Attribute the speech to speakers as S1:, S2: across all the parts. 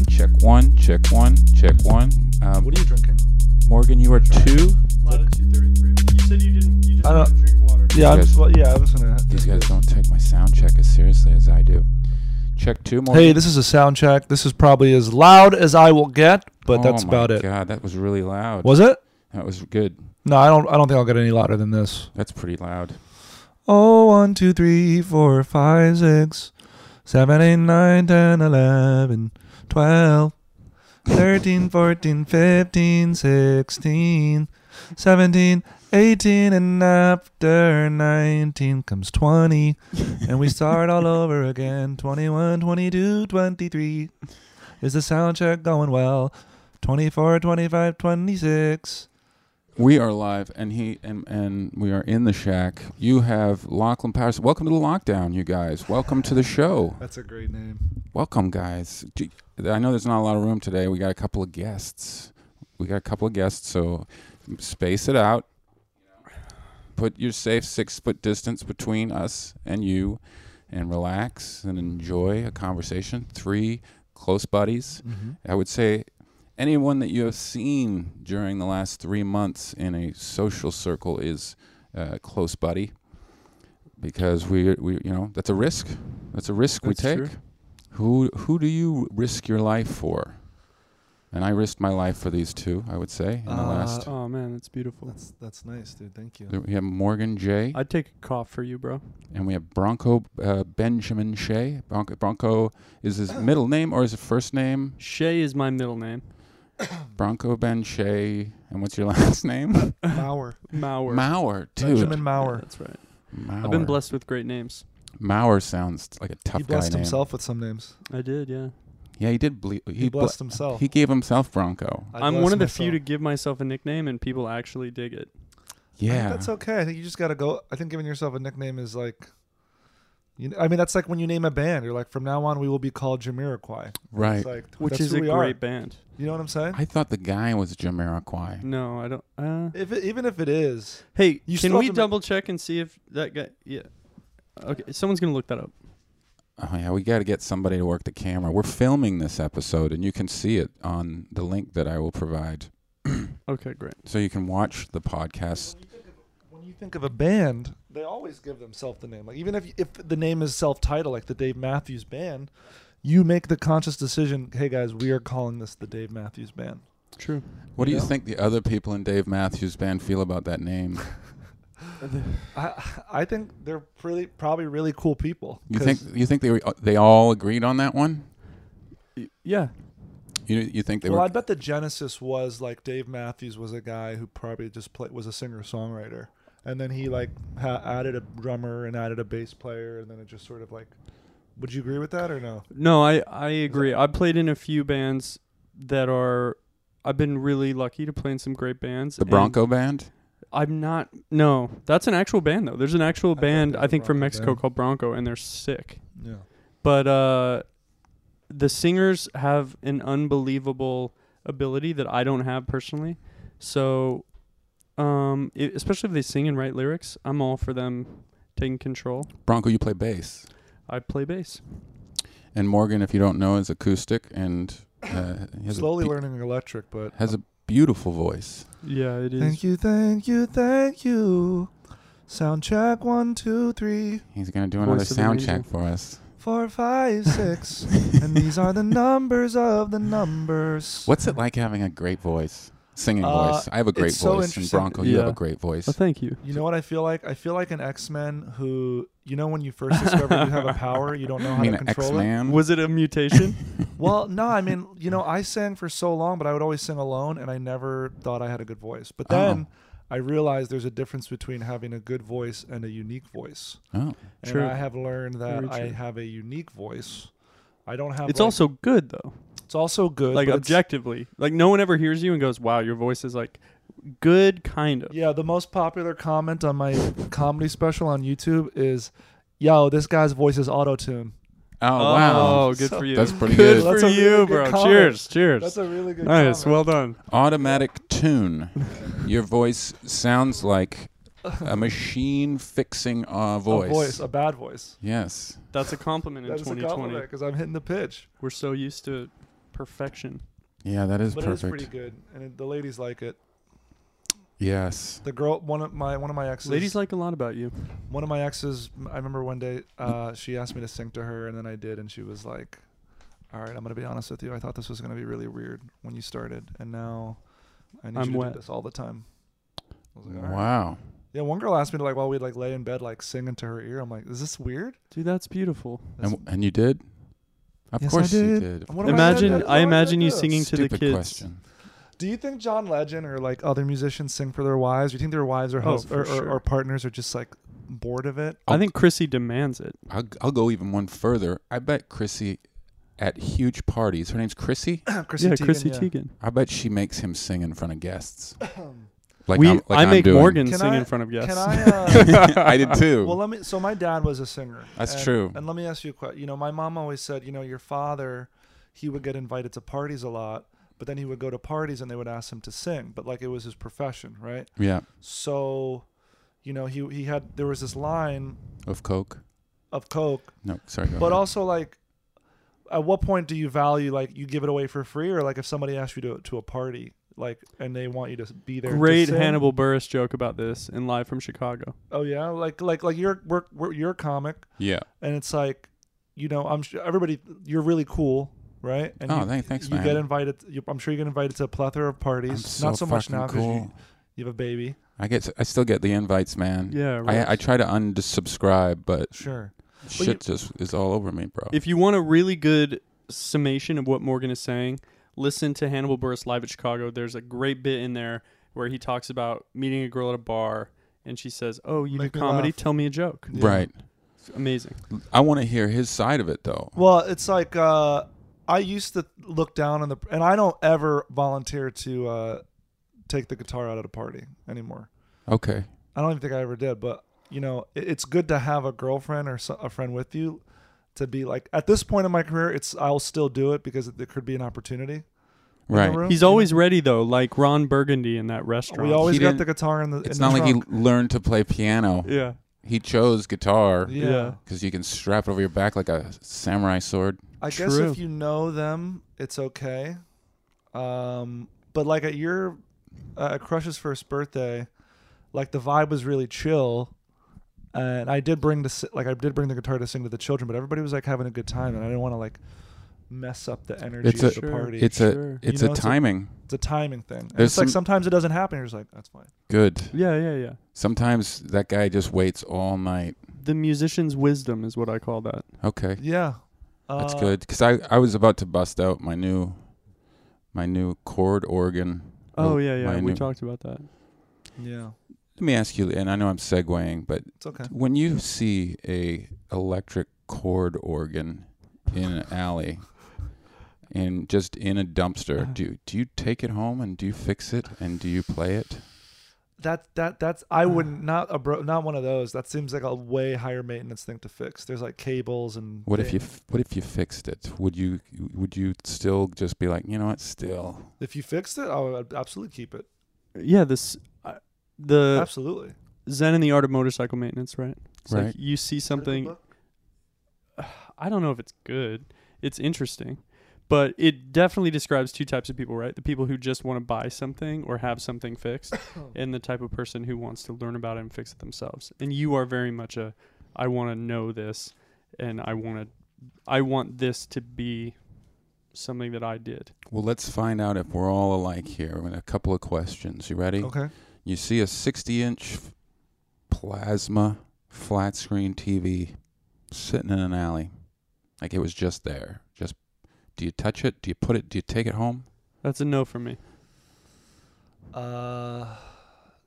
S1: one, check one, check one. Um,
S2: What are you drinking?
S1: Morgan, you are two.
S3: Latitude 33. You said you didn't. You just
S2: I don't-
S3: didn't drink water.
S2: Yeah, I'm
S1: guys-
S2: just, well, yeah, I'm just gonna.
S1: These guys don't take my sound check as seriously as I do. Check two, Morgan.
S2: Hey, this is a sound check. This is probably as loud as I will get, but that's
S1: oh
S2: about
S1: my
S2: it.
S1: God, that was really loud.
S2: Was it?
S1: that was good.
S2: No, I don't. I don't think I'll get any louder than this.
S1: That's pretty loud.
S2: Oh, one, two, three, four, five, six, seven, eight, nine, ten, eleven, twelve, thirteen, fourteen, fifteen, sixteen, seventeen, eighteen, and after 19 comes 20. And we start all over again. 21, 22, 23. Is the sound check going well? 24, 25, 26.
S1: We are live, and he and and we are in the shack. You have Lachlan Patterson. Welcome to the lockdown, you guys. Welcome to the show.
S2: That's a great name.
S1: Welcome, guys. Gee, I know there's not a lot of room today. We got a couple of guests. We got a couple of guests, so space it out. Put your safe six foot distance between us and you, and relax and enjoy a conversation. Three close buddies. I would say anyone that you have seen during the last three months in a social circle is a close buddy because we, we you know that's a risk that's a risk
S2: That's
S1: we take
S2: true.
S1: who who do you risk your life for and I risked my life for these two I would say in the
S2: Uh,
S1: last
S3: Oh man, that's beautiful.
S2: That's that's nice, dude. Thank you.
S1: There- we have Morgan Jay
S3: I'd take a cough for you, bro.
S1: and we have Bronco uh, Benjamin Shea Bronco, Bronco is his middle name or is it first name
S3: Shay is my middle name.
S1: Bronco Ben Shea and what's your last name
S2: Mauer.
S3: Mauer.
S1: Mauer dude
S2: Benjamin
S3: Yeah,
S2: Mauer.
S3: that's right.
S1: Mauer.
S3: I've been blessed with great names.
S1: Mauer sounds like a tough
S2: he blessed
S1: guy name.
S2: himself with some names.
S3: I did, yeah.
S1: Yeah, he did. Ble- he,
S2: He,
S1: ble-
S2: blessed himself.
S1: he gave himself Bronco.
S2: I
S3: I'm
S2: blessed
S3: one of the
S2: myself.
S3: few to give myself a nickname and people actually dig it.
S2: I think
S1: Yeah,
S2: that's okay. I think you just gotta go. I think giving yourself a nickname is like, you. Know, I mean, that's like when you name a band. You're like, from now on, we will be called Jamiroquai.
S1: right.
S2: It's like,
S3: Which
S2: that's
S3: is
S2: who
S3: a
S2: we
S3: great
S2: are.
S3: band.
S2: You know what I'm saying?
S1: I thought the guy was Jamiroquai.
S3: No, I don't uh
S2: if it, even if it is,
S3: Hey,
S2: You
S3: can
S2: still
S3: we
S2: have to ma-
S3: double check and see if that guy yeah. Okay, someone's gonna look that up.
S1: Oh yeah, we got to get somebody to work the camera. We're filming this episode, and you can see it on the link that I will provide,
S3: Okay, great.
S1: so you can watch the podcast.
S2: when you think of a band, they always give themselves the name. Like even if if the name is self-titled, like the Dave Matthews Band, you make the conscious decision. Hey guys, we are calling this the Dave Matthews Band.
S3: True.
S1: What do
S2: You
S1: you
S2: know?
S1: think the other people in Dave Matthews Band feel about that name?
S2: I I think they're pretty probably really cool people.
S1: You
S2: 'cause-
S1: think you think they were, they all agreed on that one?
S3: Y- Yeah.
S1: You you think they
S2: well,
S1: were?
S2: I bet the genesis was like Dave Matthews was a guy who probably just played was a singer songwriter, and then he like ha- added a drummer and added a bass player, and then it just sort of like. Would you agree with that or no?
S3: No, I I agree. I played in a few bands that are. I've been really lucky to play in some great bands.
S1: the
S3: and
S1: Bronco Band.
S3: I'm not. No, that's an actual band though. There's an actual
S2: thought
S3: band
S2: there
S3: I
S2: was a
S3: think from
S2: Bronco
S3: Mexico
S2: band.
S3: called Bronco, and they're sick.
S2: Yeah.
S3: But uh, the singers have an unbelievable ability that I don't have personally. So, um, i especially if they sing and write lyrics, I'm all for them taking control.
S1: Bronco, you play bass.
S3: I play bass.
S1: And Morgan, if you don't know, is acoustic and uh, he has
S2: Slowly
S1: a, be-
S2: learning electric, but
S1: has a beautiful voice.
S3: Yeah, it is.
S2: Thank you, thank you, thank you. Sound check one, two, three,
S1: He's gonna do
S3: Voice
S1: another
S3: of an
S1: sound
S3: angel.
S1: check for us.
S2: four, five, six. and these are the numbers of the numbers.
S1: What's it like having a great voice, singing
S2: Uh,
S1: voice? I have a great
S2: it's so
S1: voice, and
S2: interesting.
S1: Bronco, you have a
S3: Yeah.
S1: great voice.
S3: Oh, thank you.
S2: You know what I feel like? I feel like an X Men who, you know, when you first discover you have a power, you don't know
S1: I
S2: how
S1: mean,
S2: to
S1: an
S2: control
S1: X
S2: it.
S1: Man.
S3: Was it a mutation?
S2: Well, no, I mean, you know, I sang for so long, but I would always sing alone, and I never thought I had a good voice. But
S1: Oh.
S2: then I realized there's a difference between having a good voice and a unique voice.
S1: Oh,
S3: True.
S2: And I have learned that
S3: Very
S2: I
S3: true.
S2: have a unique voice. I don't have.
S3: it's
S2: like-
S3: also good though.
S2: it's also good.
S3: like
S2: but it's-
S3: objectively like no one ever hears you and goes wow your voice is like good kind of
S2: Yeah, the most popular comment on my comedy special on YouTube is, "Yo, this guy's voice is auto tune."
S1: oh, wow,
S3: oh good for you
S1: that's pretty
S3: good,
S1: good.
S2: That's
S3: for
S2: a
S3: you
S2: really good
S3: bro
S2: comment.
S3: cheers cheers
S2: That's a really good.
S3: nice
S2: comment.
S3: well done
S1: Automatic tune. Your voice sounds like a machine fixing a voice.
S2: a voice, a bad voice.
S1: Yes.
S3: that's a compliment in
S2: That's a
S3: 2020
S2: compliment because I'm hitting the pitch.
S3: we're so used to perfection.
S1: Yeah, that is
S2: but
S1: perfect.
S2: it is pretty good, and it, the ladies like it.
S1: Yes.
S2: The girl, one of my one of my exes,
S3: Ladies like a lot about you.
S2: one of my exes. I remember one day uh, she asked me to sing to her, and then I did, and she was like, "All right, I'm gonna be honest with you. I thought this was gonna be really weird when you started, and now I need
S3: I'm
S2: you to
S3: wet.
S2: do this all the time." I was like, "All right."
S1: Wow.
S2: Yeah, one girl asked me to like while we'd like lay in bed like sing into her ear. I'm like, "Is this weird?"
S3: Dude, that's beautiful.
S1: And and you did? Of
S2: Yes, I
S1: course you
S2: did.
S1: did.
S2: What am I gonna
S3: Imagine
S2: do?
S3: I
S2: What am I gonna
S3: imagine you
S2: do?
S3: singing to
S1: Stupid
S3: the kids.
S1: question.
S2: Do you think John Legend or like other musicians sing for their wives? Do you think their wives or,
S3: Oh,
S2: hus-
S3: for
S2: or,
S3: sure.
S2: or, or partners are just like bored of it?
S3: I think Chrissy demands it.
S1: I'll, I'll go even one further. I bet Chrissy at huge parties, her name's Chrissy,
S2: Chrissy
S3: yeah,
S2: Teigen,
S3: Chrissy
S2: yeah.
S3: Teigen.
S1: I bet she makes him sing in front of guests. Like
S3: we,
S1: I'm, like
S3: I
S1: I'm
S3: make
S1: doing.
S3: Morgan
S2: Can
S3: sing
S2: I-
S3: in front of guests.
S2: Can I? Uh,
S1: I did too.
S2: well, let me. So my dad was a singer.
S1: That's
S2: and-
S1: true.
S2: And let me ask you a question. You know, my mom always said, you know, your father, he would get invited to parties a lot, but then he would go to parties and they would ask him to sing, but like it was his profession, right?
S1: yeah,
S2: So, you know, he he had there was this line
S1: of Coke.
S2: of coke,
S1: No, sorry. Go
S2: but
S1: ahead.
S2: also like. At what point do you value like you give it away for free, or like if somebody asks you to to a party, like and they want you to be there? to
S3: Great
S2: sing?
S3: Hannibal Burris joke about this in Live from Chicago.
S2: Oh yeah, like like like you're we're, we're, you're a comic,
S1: yeah.
S2: and it's like you know i'm sure everybody you're really cool right and
S1: Oh,
S2: you,
S1: thank- thanks,
S2: you
S1: man.
S2: get invited you, i'm sure you get invited to a plethora of parties
S1: I'm so
S2: not so much
S1: fucking
S2: now because
S1: cool.
S2: you, you have a baby
S1: I get. I still get the invites, man.
S3: Yeah, right.
S1: I, I try to unsubscribe, but
S2: sure
S1: shit just is all over me, bro.
S3: If you want a really good summation of what Morgan is saying, listen to Hannibal Burris live at Chicago. There's a great bit in there where he talks about meeting a girl at a bar and she says, "Oh, you
S2: Make
S3: do
S2: me
S3: comedy?
S2: laugh.
S3: Tell me a joke."
S2: Yeah.
S1: Right.
S3: It's amazing.
S1: I want to hear his side of it, though.
S2: well it's like uh i used to look down on the and i don't ever volunteer to uh take the guitar out at a party anymore
S1: Okay.
S2: i don't even think i ever did but you know it, it's good to have a girlfriend or so, a friend with you to be like at this point in my career it's i'll still do it because there could be an opportunity in the
S1: Right.
S2: room, you
S3: He's
S2: know?
S3: always ready though, like Ron Burgundy in that restaurant.
S2: We always
S1: He
S2: got
S1: didn't-
S2: the guitar in the.
S1: It's
S2: in the
S1: not like he
S2: trunk.
S1: learned to play piano.
S3: yeah.
S1: He chose guitar
S2: Yeah.
S3: Yeah.
S1: because you can strap it over your back like a samurai sword.
S2: I guess
S3: True.
S2: if you know them, it's okay. Um, but like at your uh, at Crush's first birthday, like the vibe was really chill, and I did bring the si- like I did bring the guitar to sing to the children, but everybody was like having a good time, and I didn't want to like mess up the energy
S1: It's
S2: of
S1: a-
S2: the party.
S1: It's
S3: Sure.
S1: a it's
S2: You know,
S1: a
S2: it's a-
S1: timing.
S2: It's a timing thing. And
S1: There's
S2: it's like
S1: some-
S2: sometimes it doesn't happen. You're just like, that's fine.
S1: Good.
S3: Yeah, yeah, yeah.
S1: Sometimes that guy just waits all night.
S3: The musician's wisdom is what I call that.
S1: Okay,
S2: Yeah,
S1: that's
S2: Uh,
S1: good. Because I I was about to bust out my new my new chord organ.
S3: Oh
S1: Well,
S3: yeah, yeah.
S1: my
S3: We
S1: new-
S3: talked about that.
S2: Yeah,
S1: Let me ask you, and I know I'm segueing, but
S2: it's okay.
S1: when you see a electric chord organ in an alley and just in a dumpster, do do you take it home and do you fix it and do you play it?
S2: That that that's I would not a bro not one of those. That seems like a way higher maintenance thing to fix. There's like cables and
S1: What if you
S2: things.
S1: f- what if you fixed it? Would you would you still just be like, you know what, still?
S2: if you fixed it, I would absolutely keep it.
S3: Yeah, this uh, the
S2: absolutely.
S3: Zen and the Art of Motorcycle Maintenance, right? It's
S1: Right.
S3: like you see something I don't know if it's good. It's interesting. But it definitely describes two types of people, right? The people who just want to buy something or have something fixed, and the type of person who wants to learn about it and fix it themselves. And you are very much a, I want to know this, and I want to, I want this to be something that I did.
S1: Well, let's find out if we're all alike here. With a couple of questions. You ready?
S2: Okay.
S1: You see a 60-inch plasma flat screen TV sitting in an alley, like it was just there. Just do you touch it? Do you put it? Do you take it home?
S3: That's a no for me.
S2: Uh,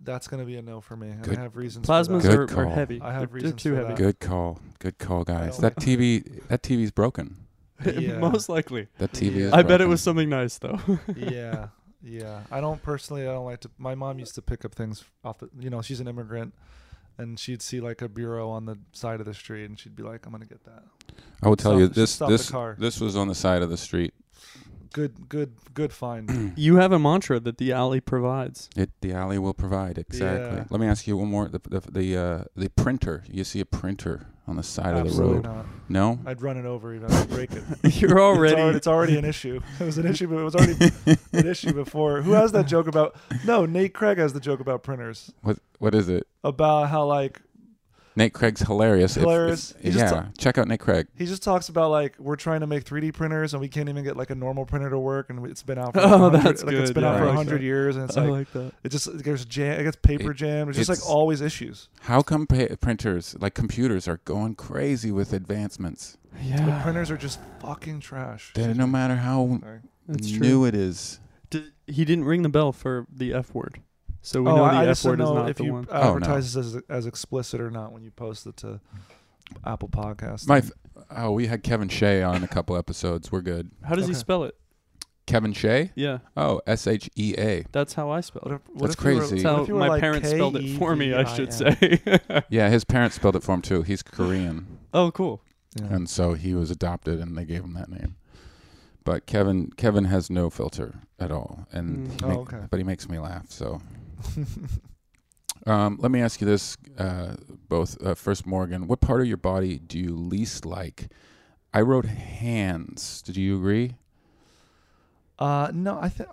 S2: that's gonna be a no for me. And
S1: Good-
S2: I have reasons.
S3: Plasmas
S2: for that.
S1: Good
S3: are, are
S1: call.
S3: heavy.
S2: I have
S3: they're, they're
S2: reasons
S3: too
S2: for
S3: heavy.
S2: that.
S1: Good call. Good call, guys.
S2: Uh, don't
S1: That
S2: like
S1: TV that TV's broken.
S2: Yeah.
S3: Most likely.
S1: That TV is.
S3: I bet it
S1: broken.
S3: was something nice though.
S2: yeah, yeah. I don't personally. I don't like to. My mom used to pick up things off the. You know, she's an immigrant, and she'd see like a bureau on the side of the street, and she'd be like, "I'm gonna get that."
S1: I will tell
S2: Stop-
S1: you
S2: she
S1: this
S2: stopped the
S1: this
S2: car.
S1: this was on the side of the street.
S2: good, good, good find.
S3: You have a mantra that the alley provides.
S1: It, the alley will provide exactly.
S2: Yeah.
S1: Let me ask you one more. The the the, uh, the printer. You see a printer on the side
S2: Absolutely
S1: of the road.
S2: not.
S1: No.
S2: I'd run it over even. I'd break it.
S3: You're already.
S2: It's already, it's already an issue. It was an issue, but it was already an issue before. Who has that joke about? No, Nate Craig has the joke about printers
S1: What what is it?
S2: about how like
S1: Nate Craig's hilarious. If- if-
S2: Hilarious. He just
S1: yeah. Check out Nate Craig.
S2: he just talks about like we're trying to make 3D printers and we can't even get like a normal printer to work and it's been out for like,
S3: Oh,
S2: 100
S3: that's
S2: like it's
S3: good. Oh.
S2: been
S1: Yeah,
S2: out for
S1: I like
S2: hundred
S3: that.
S2: years and it's
S3: I
S2: like
S3: like that.
S2: it just it gets jam. It gets paper
S1: It-
S2: jammed. It's just like
S1: it's-
S2: always issues.
S1: How come pa- printers like computers are going crazy with advancements?
S2: But
S3: Yeah,
S2: printers are just fucking trash.
S1: They're- no matter how
S2: Sorry.
S3: that's true.
S1: new it is.
S3: D- he didn't ring the bell for the F word, so we
S2: oh,
S3: know
S2: I, I
S3: the
S2: just
S3: F word
S2: don't
S3: is
S2: know
S3: not
S2: if
S3: the
S2: you
S3: one.
S2: advertise this as, as explicit or not when you post it to Apple Podcasts.
S1: My f- oh, we had Kevin Shea on a couple episodes. We're good.
S3: How does he
S2: Okay.
S3: spell it?
S1: Kevin Shea?
S3: Yeah,
S1: Oh, S H E A.
S3: that's how I spell
S2: What
S3: it.
S2: if, what
S1: That's
S2: if you were-
S1: crazy.
S3: That's
S1: what
S3: how
S2: if you were
S3: my
S2: like E
S3: parents spelled it for me. I should say.
S1: Yeah, his parents spelled it for him too. He's Korean,
S3: oh, cool.
S2: Yeah.
S1: and so he was adopted, and they gave him that name. But Kevin, Kevin has no filter at all, and
S3: Mm.
S1: he
S2: Oh,
S1: make-
S2: okay.
S1: but he makes me laugh. So, um, let me ask you this: uh, both uh, first, Morgan, what part of your body do you least like? I wrote hands. Did you agree?
S2: Uh, no, I think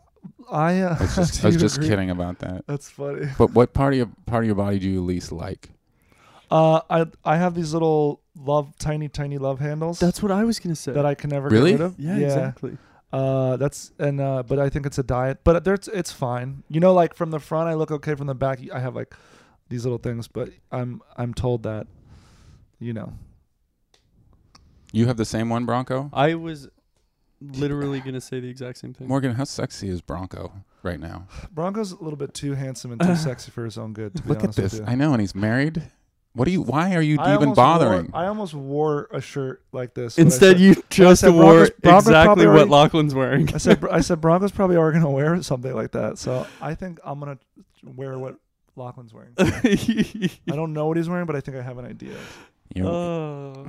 S2: I. Uh,
S1: I was just, I
S2: do
S1: was
S2: you
S1: just
S2: agree?
S1: kidding about that.
S2: That's funny.
S1: But what part of your, part of your body do you least like?
S2: Uh, I I have these little love, tiny, tiny love handles
S3: That's what I was gonna say.
S2: that I can never
S1: Really?
S2: get rid of.
S3: yeah, exactly.
S2: Uh, that's and uh, but I think it's a diet. But there's it's fine. You know, like from the front, I look okay. From the back, I have like these little things. But I'm I'm told that, you know,
S1: You have the same one, Bronco.
S3: I was literally gonna say the exact same thing.
S1: Morgan, how sexy is Bronco right now?
S2: Bronco's a little bit too handsome and too sexy for his own good. To be
S1: Look at
S2: honest with
S1: this.
S2: you.
S1: I know, and he's married. What do you? Why are you
S2: I
S1: even
S2: almost
S1: bothering?
S2: Wore, I almost wore a shirt like this. when I
S3: Instead,
S2: said-
S3: you just
S2: said
S3: wore
S2: Broncos- Broncos
S3: exactly
S2: probably
S3: what
S2: already-
S3: Lachlan's wearing.
S2: I said, I said, Broncos probably are gonna wear something like that. So I think I'm gonna wear what Lachlan's wearing. I don't know what he's wearing, but I think I have an idea.
S1: You-
S3: Oh.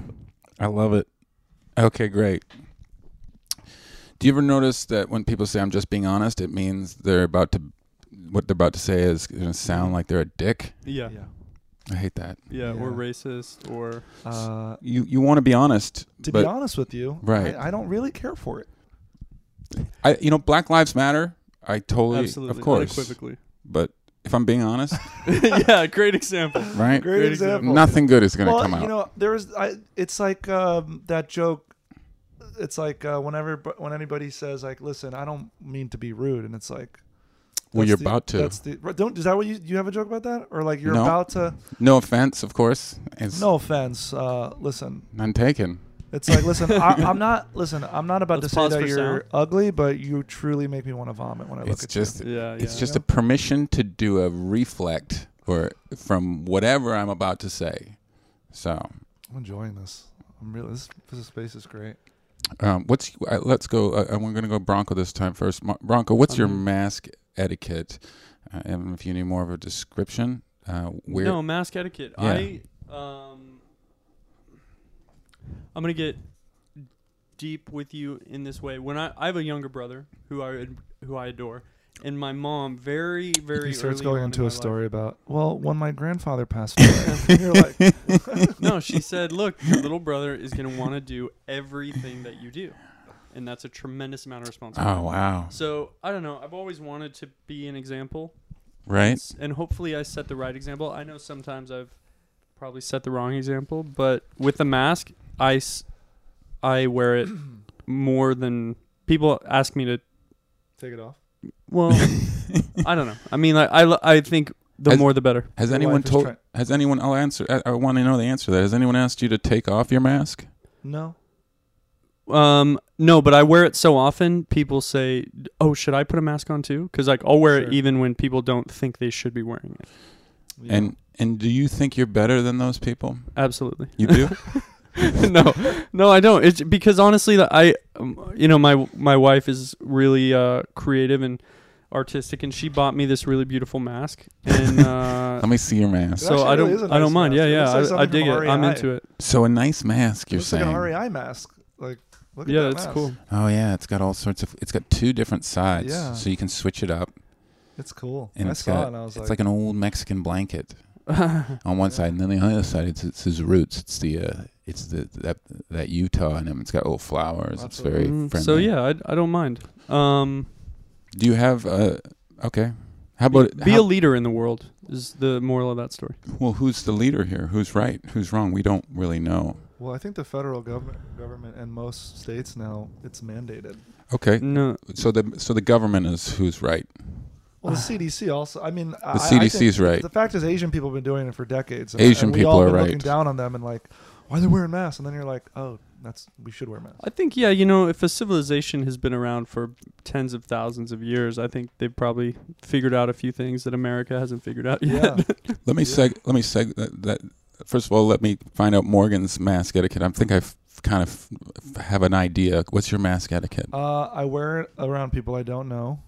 S1: I love it. Okay, great. Do you ever notice that when people say "I'm just being honest," it means they're about to what they're about to say is going to sound like they're a dick?
S3: Yeah.
S1: I hate that.
S3: yeah, or
S2: Yeah.
S3: racist, or
S2: Uh,
S1: You you want to be honest,
S2: to
S1: but
S2: be honest with you,
S1: Right.
S2: I, I don't really care for it.
S1: I you know Black Lives Matter. I totally,
S3: absolutely,
S1: of course.
S3: unequivocally.
S1: But if I'm being honest,
S3: yeah, great example.
S1: right?
S2: Great,
S3: Great
S2: example.
S3: example.
S1: Nothing good is going to
S2: well,
S1: come out.
S2: you know, there was. I, it's like um, that joke. It's like uh, whenever when anybody says like, "Listen, I don't mean to be rude," and it's like.
S1: well,
S2: that's
S1: you're
S2: the-
S1: about to.
S2: That's the right, don't. Is that what you you have a joke about that or like you're
S1: No.
S2: about to?
S1: No offense, of course. It's
S2: No offense. Uh, listen,
S1: none taken.
S2: It's like, listen, I, I'm not. Listen, I'm not about
S3: Let's
S2: to say
S3: pause
S2: that
S3: for
S2: you're
S3: sound.
S2: ugly, but you truly make me want to vomit when I look
S1: It's
S2: at
S1: just
S3: Yeah,
S1: it's
S3: yeah.
S1: just a permission to do a reflect or from whatever I'm about to say. So,
S2: you. I'm enjoying this. I'm really. This, this space is great.
S1: um, what's uh, let's go. Uh, and we're gonna go Bronco this time first. Mo- Bronco, what's your
S2: Um,
S3: Mhm.
S1: mask etiquette? Uh, and if you need more of a description, uh, where
S3: no mask etiquette.
S1: Yeah.
S3: I um, I'm gonna get deep with you in this way. When I I have a younger brother who I ad- who I adore, and my mom very very
S2: he starts
S3: early
S2: going
S3: on in
S2: into
S3: my
S2: a
S3: life-
S2: story about well, when my grandfather passed away, and you're like,
S3: no, she said, "Look, your little brother is gonna want to do everything that you do, and that's a tremendous amount of responsibility."
S1: oh wow,
S3: So I don't know. I've always wanted to be an example,
S1: right?
S3: s- and hopefully I set the right example. I know sometimes I've probably set the wrong example, but with the mask, I, s- I wear it more than people ask me to.
S2: take it off.
S3: Well,
S2: um,
S3: I don't know. I mean, I I, lo- I think the
S1: Has-
S3: more the better.
S1: Has
S2: Your
S1: anyone
S2: wife is
S1: told?
S2: try-
S1: has anyone? I'll answer. I, I want to know the answer. to that has anyone asked you to take off your mask?
S2: No,
S3: Um, no, but I wear it so often. People say, "Oh, should I put a mask on too?" Because like I'll wear
S2: Sure.
S3: it even when people don't think they should be wearing it.
S2: Yeah.
S1: And and do you think you're better than those people?
S3: Absolutely.
S1: You do.
S3: no, no, I don't. It's because honestly, the- I, um, you know, my my wife is really uh, creative and artistic, and she bought me this really beautiful mask, and uh,
S1: Let me see your
S2: It
S1: mask.
S3: so
S2: actually
S3: I don't,
S2: really is a
S3: I
S2: nice
S3: don't mind.
S2: mask.
S3: Yeah,
S2: It
S3: yeah,
S2: looks like
S3: I, I
S2: something
S3: dig
S2: from
S3: it. I'm
S2: REI.
S3: into it.
S1: So a nice mask. You're
S2: looks
S1: saying
S2: like an REI E mask. Like Look
S3: yeah,
S2: at that
S3: that's
S2: mouse.
S3: cool.
S1: Oh yeah, it's got all sorts of. It's got two different sides,
S2: Yeah.
S1: so you can switch it up.
S2: It's cool.
S1: And
S2: I
S1: it's
S2: saw
S1: got-
S2: it and I was
S1: It's like an old Mexican blanket on one
S2: Yeah.
S1: side, and then the other side, it's, it's his roots. It's the uh, it's the that that Utah in him. It's got little flowers. It's
S2: Absolutely.
S1: very
S3: Mm,
S1: friendly.
S3: so yeah, I, I don't mind. Um,
S1: Do you have uh? Okay. How about
S3: be
S1: how-
S3: a leader in the world is the moral of that story.
S1: well? Who's the leader here? Who's right? Who's wrong? We don't really know.
S2: well, I think the federal government, government and most states now it's mandated.
S1: Okay.
S2: Mm.
S3: No,
S1: So the so the government is who's right.
S2: Well, the CDC also. I mean,
S1: The CDC is right.
S2: The fact is, Asian people have been doing it for decades. And,
S1: Asian
S2: and we
S1: people
S2: all
S1: are
S2: been Looking
S1: right.
S2: down on them and like, why are they wearing masks? And then you're like, oh, that's we should wear masks.
S3: I think yeah, you know, if a civilization has been around for tens of thousands of years, I think they've probably figured out a few things that America hasn't figured out yet.
S2: Yeah.
S1: Let me
S2: Yeah.
S1: seg. Let me seg. That, that first of all, let me find out Morgan's mask etiquette. I think I f- kind of f- have an idea. What's your mask etiquette?
S2: Uh, I wear it around people I don't know,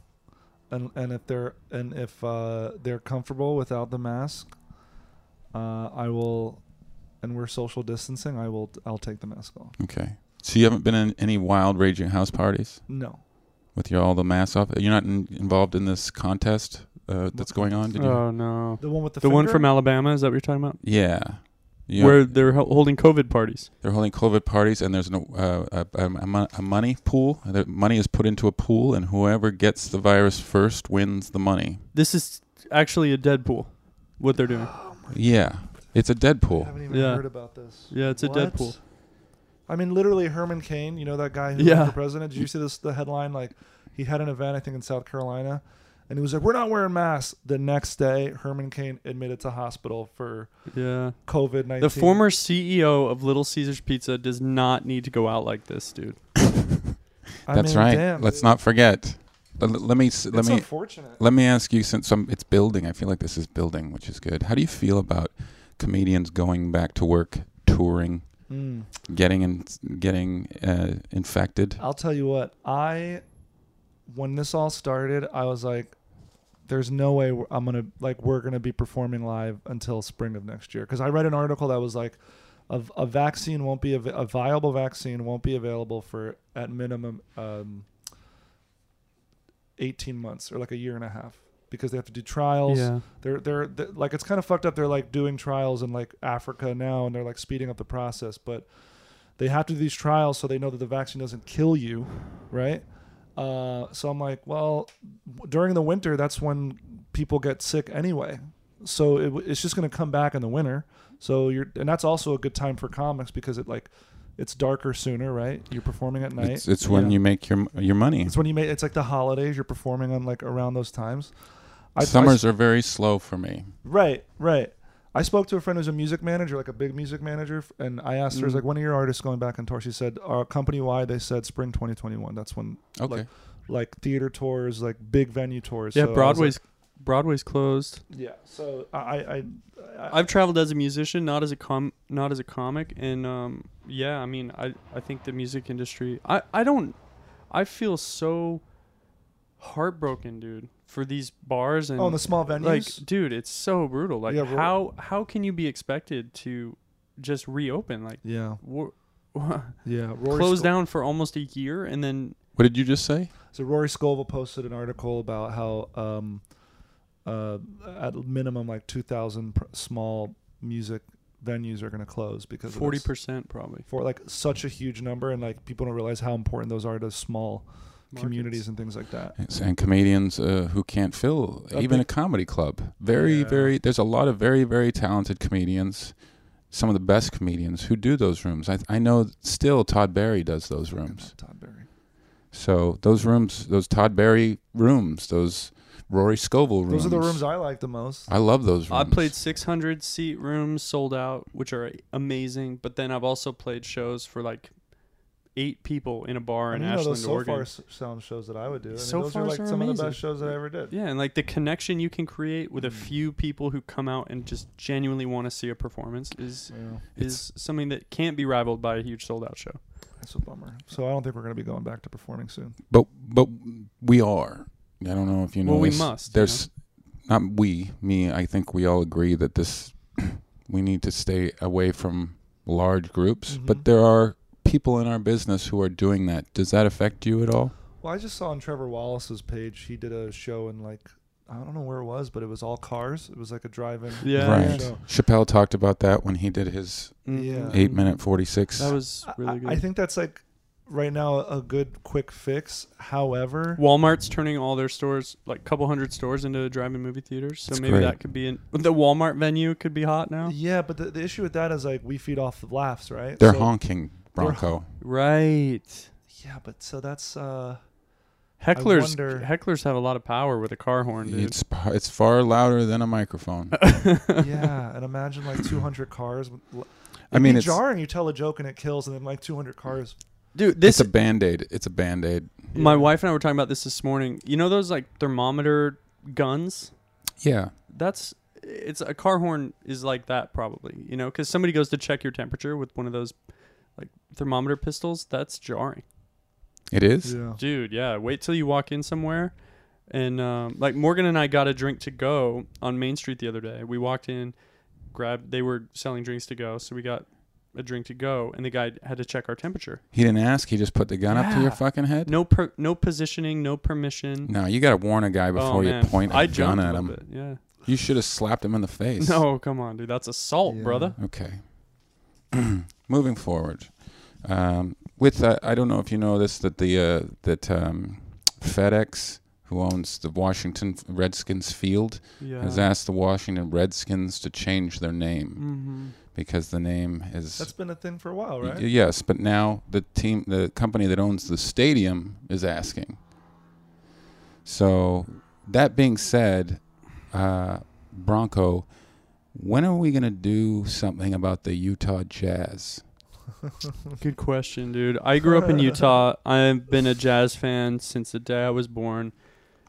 S2: and and if they're and if uh, they're comfortable without the mask, uh, I will, and we're social distancing. I will. I'll take the mask off.
S1: Okay. So you haven't been in any wild raging house parties
S2: No.
S1: with your all the masks off. You're not in, involved in this contest uh, that's going on. Did you?
S3: Oh no,
S2: The one with the
S3: the, one
S2: finger?
S3: from Alabama is that what you're talking about?
S1: yeah. You
S3: Where they're ho- holding COVID parties.
S1: They're holding COVID parties, and there's no uh, a, a, a mon- a money pool. The money is put into a pool, and whoever gets the virus first wins the money.
S3: This is actually a Deadpool. What they're doing?
S1: Yeah, it's a dead
S2: I
S1: pool.
S2: haven't even
S3: Yeah.
S2: heard about this.
S3: Yeah, it's a
S2: What?
S3: Deadpool.
S2: I mean, literally, Herman Cain. You know that guy who
S3: Yeah.
S2: was the president. Did you see this? The headline like he had an event, I think, in South Carolina, and he was like, "We're not wearing masks." The next day, Herman Cain admitted to hospital for
S3: Yeah.
S2: COVID nineteen.
S3: The former CEO of Little Caesars Pizza does not need to go out like this, dude.
S1: That's right. Let's not forget. Let, let me s- let
S2: it's
S1: me
S2: Unfortunate.
S1: let me ask you since i it's building. I feel like this is building, which is good. How do you feel about comedians going back to work, touring,
S3: Hmm.
S2: Mm.
S1: getting in, getting uh, infected?
S2: I'll tell you what. I when this all started, I was like, "There's no way we're- I'm gonna like we're gonna be performing live until spring of next year." Because I read an article that was like, "A, a vaccine won't be av- a viable vaccine won't be available for at minimum um, 18 months or like a year and a half." Because they have to do trials. They're, they're they're like it's kind of fucked up. They're like doing trials in like Africa now, and they're like speeding up the process. But they have to do these trials so they know that the vaccine doesn't kill you, right? Uh, so I'm like, well, w- during the winter, that's when people get sick anyway. So it, w- it's just going to come back in the winter. So you're, and that's also a good time for comics because it like, it's darker sooner, right? You're performing at night.
S1: It's, it's when
S3: Yeah.
S1: you make your your money.
S2: It's when you make. It's like the holidays. You're performing on like around those times. I- I-
S1: Summers are very slow for me.
S2: Right, right. I spoke to a friend who's a music manager, like a big music manager, f- and I asked her, I was
S3: Mm.
S2: like, when are your artists going back on tour? She said, our company wide, they said spring 2021. That's when,
S1: Okay.
S2: Like, like, theater tours, like, big venue tours.
S3: Yeah,
S2: So I was
S3: Broadway's Broadway's closed.
S2: like- yeah, so I, I, I, I,
S3: I've traveled as a musician, not as a com not as a comic, and um yeah, I mean I I think the music industry I I don't I feel so heartbroken, dude, for these bars and
S2: oh, in the small venues?
S3: like dude, it's so brutal. Like
S2: Yeah, bro.
S3: how how can you be expected to just reopen like
S2: yeah,
S3: wha-
S2: yeah. Rory
S3: close
S2: Sco-
S3: down for almost a year and then
S1: what did you just say?
S2: So Rory Scovel posted an article about how, um, uh, at minimum, like 2,000 pr- small music venues are going to close because of
S3: forty
S2: this.
S3: percent probably
S2: for like such a huge number and like people don't realize how important those are to small communities
S3: Markets.
S2: and things like that
S1: It's- And comedians uh, who can't fill
S2: I
S1: even a
S2: think-
S1: comedy club. Very,
S2: Yeah.
S1: very. There's a lot of very, very talented comedians. Some of the best comedians who do those rooms. I, I know still Todd Barry does those rooms.
S2: Todd Berry.
S1: So those rooms, those Todd Barry rooms, those Rory Scovel rooms.
S2: those are the rooms i like the most
S1: I love those
S3: I
S1: rooms.
S3: played 600 seat rooms sold out, which are amazing. But then I've also played shows for like eight people in a bar
S2: I
S3: in
S2: mean, you know,
S3: Ashland,
S2: those so
S3: Oregon.
S2: far s- sound shows that i would do I mean,
S3: So
S2: those are
S3: Fars
S2: like
S3: are
S2: some of the
S3: amazing.
S2: best shows that i ever did
S3: yeah, and like the connection you can create with a
S2: Mm.
S3: few people who come out and just genuinely want to see a performance is
S2: Yeah,
S1: It's-
S3: is something that can't be rivaled by a huge sold out show.
S2: that's a bummer so i don't think we're going to be going back to performing soon
S1: But but we are. I don't know if you know.
S3: Well, we
S1: this.
S3: must, you
S1: There's not we me. I think we all agree that this we need to stay away from large groups.
S2: Mhm.
S3: Mm-hmm.
S1: But there are people in our business who are doing that. Does that affect you at all?
S2: Well, I just saw on Trevor Wallace's page he did a show in like I don't know where it was, but it was all cars. It was like a drive-in.
S3: Yeah.
S1: right.
S2: show.
S1: Chappelle talked about that when he did his
S3: Mm.
S2: Mm-hmm. Yeah.
S1: eight minute forty six.
S3: That was
S2: I-
S3: really good.
S2: I, I think that's like right now a good quick fix. However,
S3: Walmart's turning all their stores, like a couple hundred stores, into drive-in movie theaters. So
S1: That's
S3: maybe
S1: great.
S3: that could be in the Walmart venue could be hot now.
S2: yeah, but the, the issue with that is like we feed off the laughs, right?
S1: They're
S2: So-
S1: honking Bronco.
S3: Right.
S2: Yeah, but so that's uh
S3: Hecklers
S2: wonder-
S3: hecklers have a lot of power with a car horn, dude.
S1: It's it's far louder than a microphone.
S2: yeah, and imagine like 200 cars. would- It'd
S1: I mean,
S2: be
S1: it's
S2: jarring. You tell a joke and it kills, and then like 200 cars.
S3: dude, this
S1: it's a band aid. It's a band aid.
S3: my wife and I were talking about this this morning. You know those like thermometer guns?
S1: Yeah,
S3: That's it's a car horn is like that probably. You know, cuz somebody goes to check your temperature with one of those like thermometer pistols, that's jarring.
S1: it is.
S2: Yeah.
S3: Dude, yeah. Wait till you walk in somewhere. And um, like Morgan and I got a drink to go on Main Street the other day. We walked in, grabbed, they were selling drinks to go. So we got a drink to go, and the guy had to check our temperature.
S1: He didn't ask. He just put the gun up to
S3: Yeah.
S1: your fucking head.
S3: No per, no positioning, no permission.
S1: No, you got to warn a guy
S3: Oh,
S1: before you
S3: man.
S1: point a
S3: I
S1: gun
S3: jumped
S1: at
S3: a
S1: him.
S3: little bit, Yeah.
S1: You should have slapped him in the face.
S3: No, come on, dude. That's assault,
S2: Yeah.
S3: brother.
S1: Okay. Moving forward, um, with uh, I don't know if you know this that the uh, that um, FedEx, who owns the Washington Redskins field,
S3: Yeah.
S1: has asked the Washington Redskins to change their name
S3: hmm
S1: because the name is
S2: That's been a thing for a while,
S1: Y-
S2: right?
S1: yes, but now the team, the company that owns the stadium is asking. So, that being said, uh, Bronco, when are we going to do something about the Utah Jazz?
S3: Good question, dude. I grew up in Utah. I've been a jazz fan since the day I was born.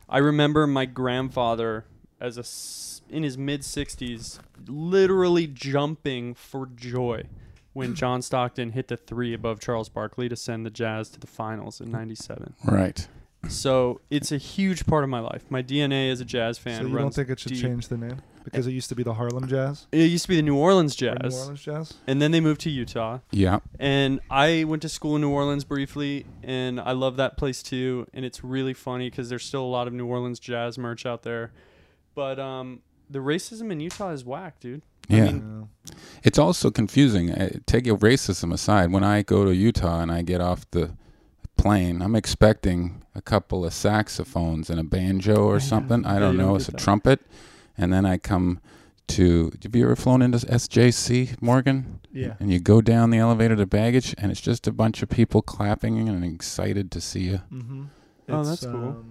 S3: I remember my grandfather as a s- in his mid 60s literally jumping for joy when John Stockton hit the 3 above Charles Barkley to send the Jazz to the finals in 97.
S1: Right.
S3: So, it's a huge part of my life. My DNA as a jazz fan
S2: so you don't
S3: runs
S2: think it should
S3: deep.
S2: change the name because it used to be the Harlem Jazz,
S3: It used to be the New Orleans
S2: or
S3: Jazz,
S2: New Orleans Jazz.
S3: and then they moved to Utah.
S1: Yeah.
S3: And I went to school in New Orleans briefly, and I love that place too. And it's really funny because there's still a lot of New Orleans jazz merch out there. But um, the racism in Utah is whack, dude.
S1: Yeah.
S3: mean-
S1: it's also confusing. Uh, take your racism aside. When I go to Utah and I get off the plane, I'm expecting a couple of saxophones and a banjo or
S3: Yeah.
S1: something. I
S3: Yeah,
S1: don't
S3: you don't
S1: know.
S3: get
S1: it's a
S3: that.
S1: trumpet. And then I come to. Have you ever flown into SJC, Morgan?
S2: Yeah.
S1: And you go down the elevator to baggage, and it's just a bunch of people clapping and excited to see you.
S2: Mm-hmm. um,
S3: Oh, that's cool.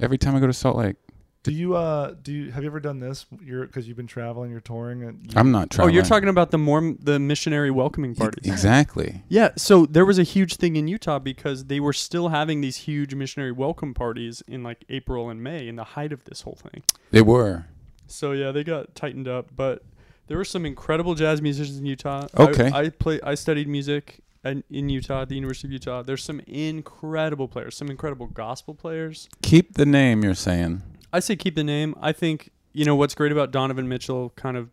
S1: Every time I go to Salt Lake,
S2: do you uh do you have you ever done this? You're because you've been traveling, you're touring, and you,
S1: I'm not
S3: Oh,
S1: traveling.
S3: you're talking about the Morm- the missionary welcoming parties.
S1: Exactly.
S3: Yeah, so there was a huge thing in Utah because they were still having these huge missionary welcome parties in like April and May in the height of this whole thing.
S1: They were.
S3: So yeah, they got tightened up, but there were some incredible jazz musicians in Utah.
S1: Okay.
S3: I, I play. I studied music in, in Utah at the University of Utah. There's some incredible players, some incredible gospel players.
S1: Keep the name. You're saying.
S3: I say keep the name. I think you know what's great about Donovan Mitchell, kind of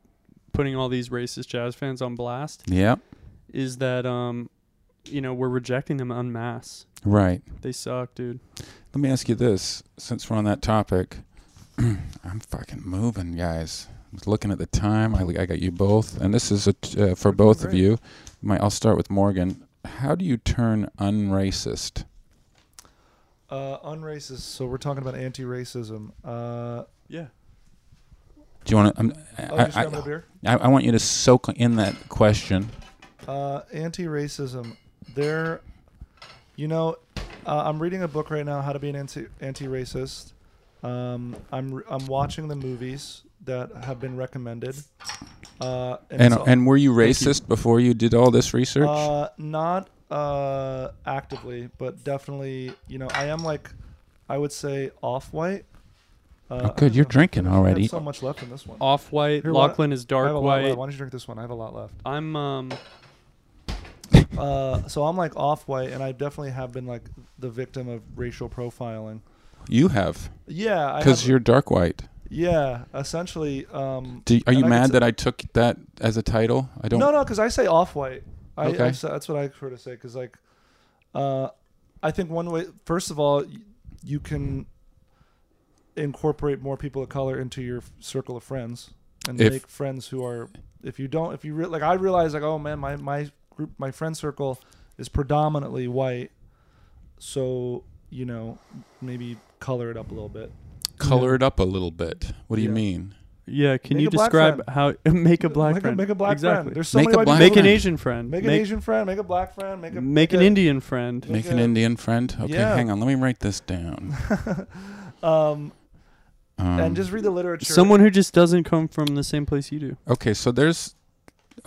S3: putting all these racist jazz fans on blast,
S1: Yep.
S3: is that um, you know, we're rejecting them en masse.
S1: Right.
S3: They suck, dude.
S1: Let me ask you this, since we're on that topic. I'm fucking moving, guys. I was looking at the time. I, I got you both, and this is a t- uh, for
S2: We're doing
S1: both of
S2: great.
S1: you. My, I'll start with Morgan. How do you turn unracist?
S2: uh, unracist. So we're talking about anti-racism. Uh,
S3: Yeah.
S1: Do you want to?
S2: oh,
S1: I,
S2: just grab
S1: I,
S2: my beer.
S1: I, I want you to soak in that question.
S2: Uh, anti-racism. There, you know, uh, I'm reading a book right now, How to Be an Anti- Anti-Racist. Um, I'm re- I'm watching the movies that have been recommended. Uh, and
S1: And
S2: it's all-
S1: and were you
S3: Thank you.
S1: racist before you did all this research?
S2: Uh, not uh, actively, but definitely. You know, I am like, I would say off-white. Uh,
S1: Oh, good,
S2: I don't
S1: you're
S2: know.
S1: drinking
S2: I don't have
S1: already.
S2: So much left in this one.
S3: Off white.
S2: Here, why-
S3: Lachlan is
S2: I have
S3: dark
S2: a lot left.
S3: white.
S2: Why don't you drink this one? I have a lot left.
S3: I'm um.
S2: Uh, so I'm like off white, and I definitely have been like the victim of racial profiling.
S1: you have,
S2: Yeah, I
S1: because
S2: have-
S1: you're dark white.
S2: yeah, essentially. Um,
S1: Do, are
S2: And
S1: you
S2: I could
S1: mad
S2: say-
S1: that I took that as a title? I don't.
S2: no, no, because I say off white. I,
S1: Okay.
S2: I- so that's what I heard to say because like, uh, I think one way. First of all, y- you can incorporate more people of color into your f- circle of friends and
S1: If-
S2: make friends who are. If you don't, if you re- like, I realize like, oh man, my my group, my friend circle is predominantly white, so you know maybe color it up a little bit.
S1: Color it up a little bit. What do you
S2: Yeah.
S1: mean?
S3: Yeah, can
S2: Make
S3: you
S2: a black
S3: describe how make a black
S2: make
S3: friend?
S2: A, make a black
S3: exactly.
S2: friend. There's so
S1: Make
S2: many
S1: a
S2: white
S1: black
S2: people
S3: Make an
S1: friend.
S3: Asian friend.
S2: Make, an Asian friend. Make a black friend. Make a
S3: make an
S2: a-
S3: Indian friend.
S1: Make
S2: Make
S1: an
S2: a-
S1: Indian friend? Okay,
S2: Yeah.
S1: hang on. Let me write this down.
S2: Um,
S1: Um,
S2: and just read the literature.
S3: Someone who just doesn't come from the same place you do.
S1: okay, so there's.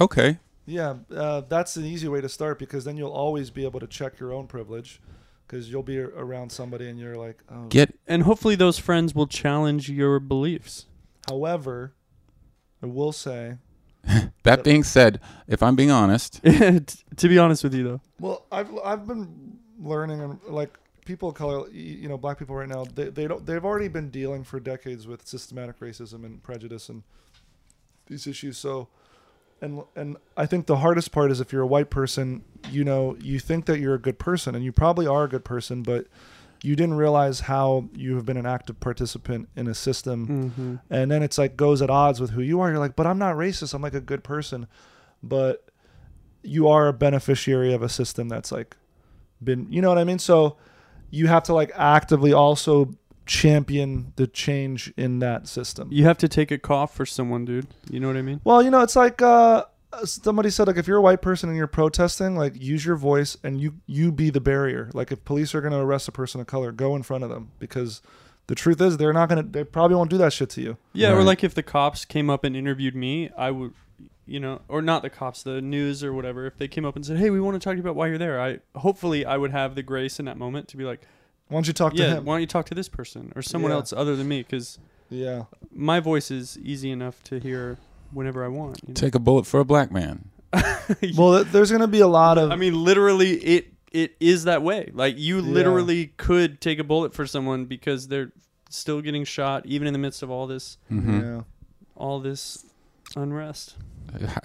S1: Okay.
S2: Yeah, uh, that's an easy way to start because then you'll always be able to check your own privilege because you'll be around somebody and you're like, oh.
S1: Get
S3: And hopefully those friends will challenge your beliefs.
S2: However, I will say,
S1: That being said, if I'm being honest,
S3: T- to be honest with you though.
S2: well, I've I've been learning and like people of color, y- you know, black people right now, they they don't they've already been dealing for decades with systematic racism and prejudice and these issues. So, and and I think the hardest part is if you're a white person, you know, you think that you're a good person, and you probably are a good person, but you didn't realize how you have been an active participant in a system,
S3: Mhm.
S2: and then it's like goes at odds with who you are. You're like, but I'm not racist. I'm like a good person, but you are a beneficiary of a system that's like been, you know what I mean? So you have to like actively also champion the change in that system.
S3: You have to take a cough for someone, dude. You know what I mean?
S2: Well, you know, it's like uh, somebody said, like if you're a white person and you're protesting, like use your voice and you you be the barrier. Like if police are gonna arrest a person of color, go in front of them because the truth is they're not gonna. They probably won't do that shit to you.
S3: Yeah, or
S1: Right.
S3: like if the cops came up and interviewed me, I would, you know, or not the cops, the news or whatever. If they came up and said, "Hey, we want to talk to you about why you're there," I hopefully I would have the grace in that moment to be like,
S2: Why don't you talk to
S3: "Yeah,
S2: him?
S3: why don't you talk to this person or someone
S2: Yeah.
S3: else other than me?" Because
S2: yeah.
S3: my voice is easy enough to hear whenever I want. you know?
S1: take a bullet for a black man.
S2: Well, th- there's gonna be a lot of.
S3: I mean, literally, it it is that way. Like you
S2: Yeah.
S3: literally could take a bullet for someone because they're still getting shot, even in the midst of all this
S1: hmm
S2: yeah.
S3: all this unrest.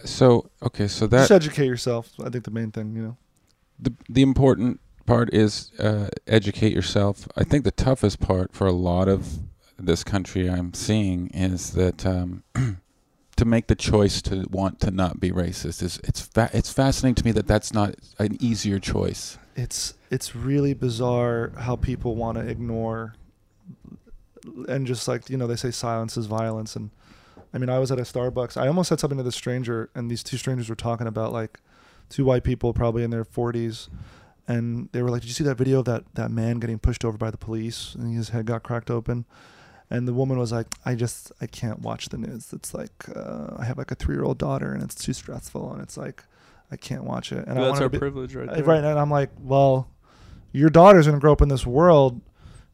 S1: So okay, so
S2: Just
S1: that
S2: educate yourself. I think the main thing, you know.
S1: the the important part is uh, educate yourself. I think the toughest part for a lot of this country I'm seeing is that um, to make the choice to want to not be racist is it's fa- it's fascinating to me that that's not an easier choice.
S2: It's it's really bizarre how people want to ignore, and just like you know they say silence is violence. And I mean, I was at a Starbucks. I almost said something to this stranger, and these two strangers were talking about like two white people probably in their forties, and they were like, "Did you see that video of that that man getting pushed over by the police and his head got cracked open?" And the woman was like, "I just I can't watch the news. It's like uh, I have like a three year old daughter, and it's too stressful, and it's like." I can't watch it, and I
S3: that's
S2: want
S3: our
S2: to be,
S3: privilege, right
S2: Uh,
S3: there.
S2: right and i'm like well your daughter's gonna grow up in this world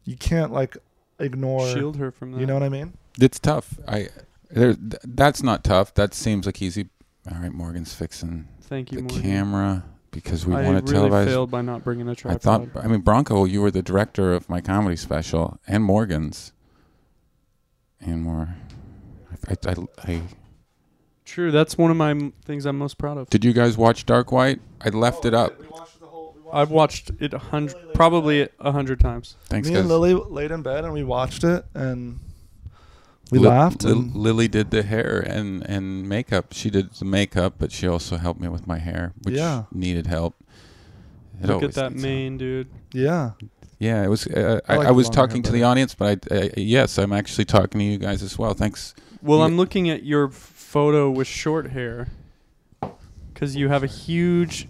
S2: you can't like ignore
S3: shield her from that.
S2: you know what i mean
S1: It's tough. I there th- that's not tough. That seems like easy. All right, Morgan's fixing
S3: Thank you.
S1: the
S3: Morgan.
S1: camera because we
S3: I
S1: want to
S3: really
S1: televise.
S3: failed by not bringing a
S1: I
S3: tripod.
S1: thought. I mean, Bronco, you were the director of my comedy special and Morgan's, and more. I, I, I, I-
S3: True, that's one of my m- things I'm most proud of.
S1: did you guys watch Dark White? I left it up.
S3: I've watched it a hundred, probably a hundred times.
S1: Thanks,
S2: me
S1: guys.
S2: and lily laid in bed and we watched it and we
S1: Li-
S2: laughed
S1: Li-
S2: and
S1: Lily did the hair and and makeup. She did the makeup, but she also helped me with my hair, which
S2: Yeah.
S1: needed help. It
S3: Look at
S1: always
S3: that
S1: needs help.
S3: mane, dude.
S2: yeah
S1: Yeah, it was. Uh, I,
S2: I like
S1: I,
S2: the
S1: was
S2: longer hair
S1: talking to the
S2: better.
S1: audience, but I, uh, yes, I'm actually talking to you guys as well. Thanks.
S3: Well,
S1: Yeah.
S3: I'm looking at your photo with short hair because you have a huge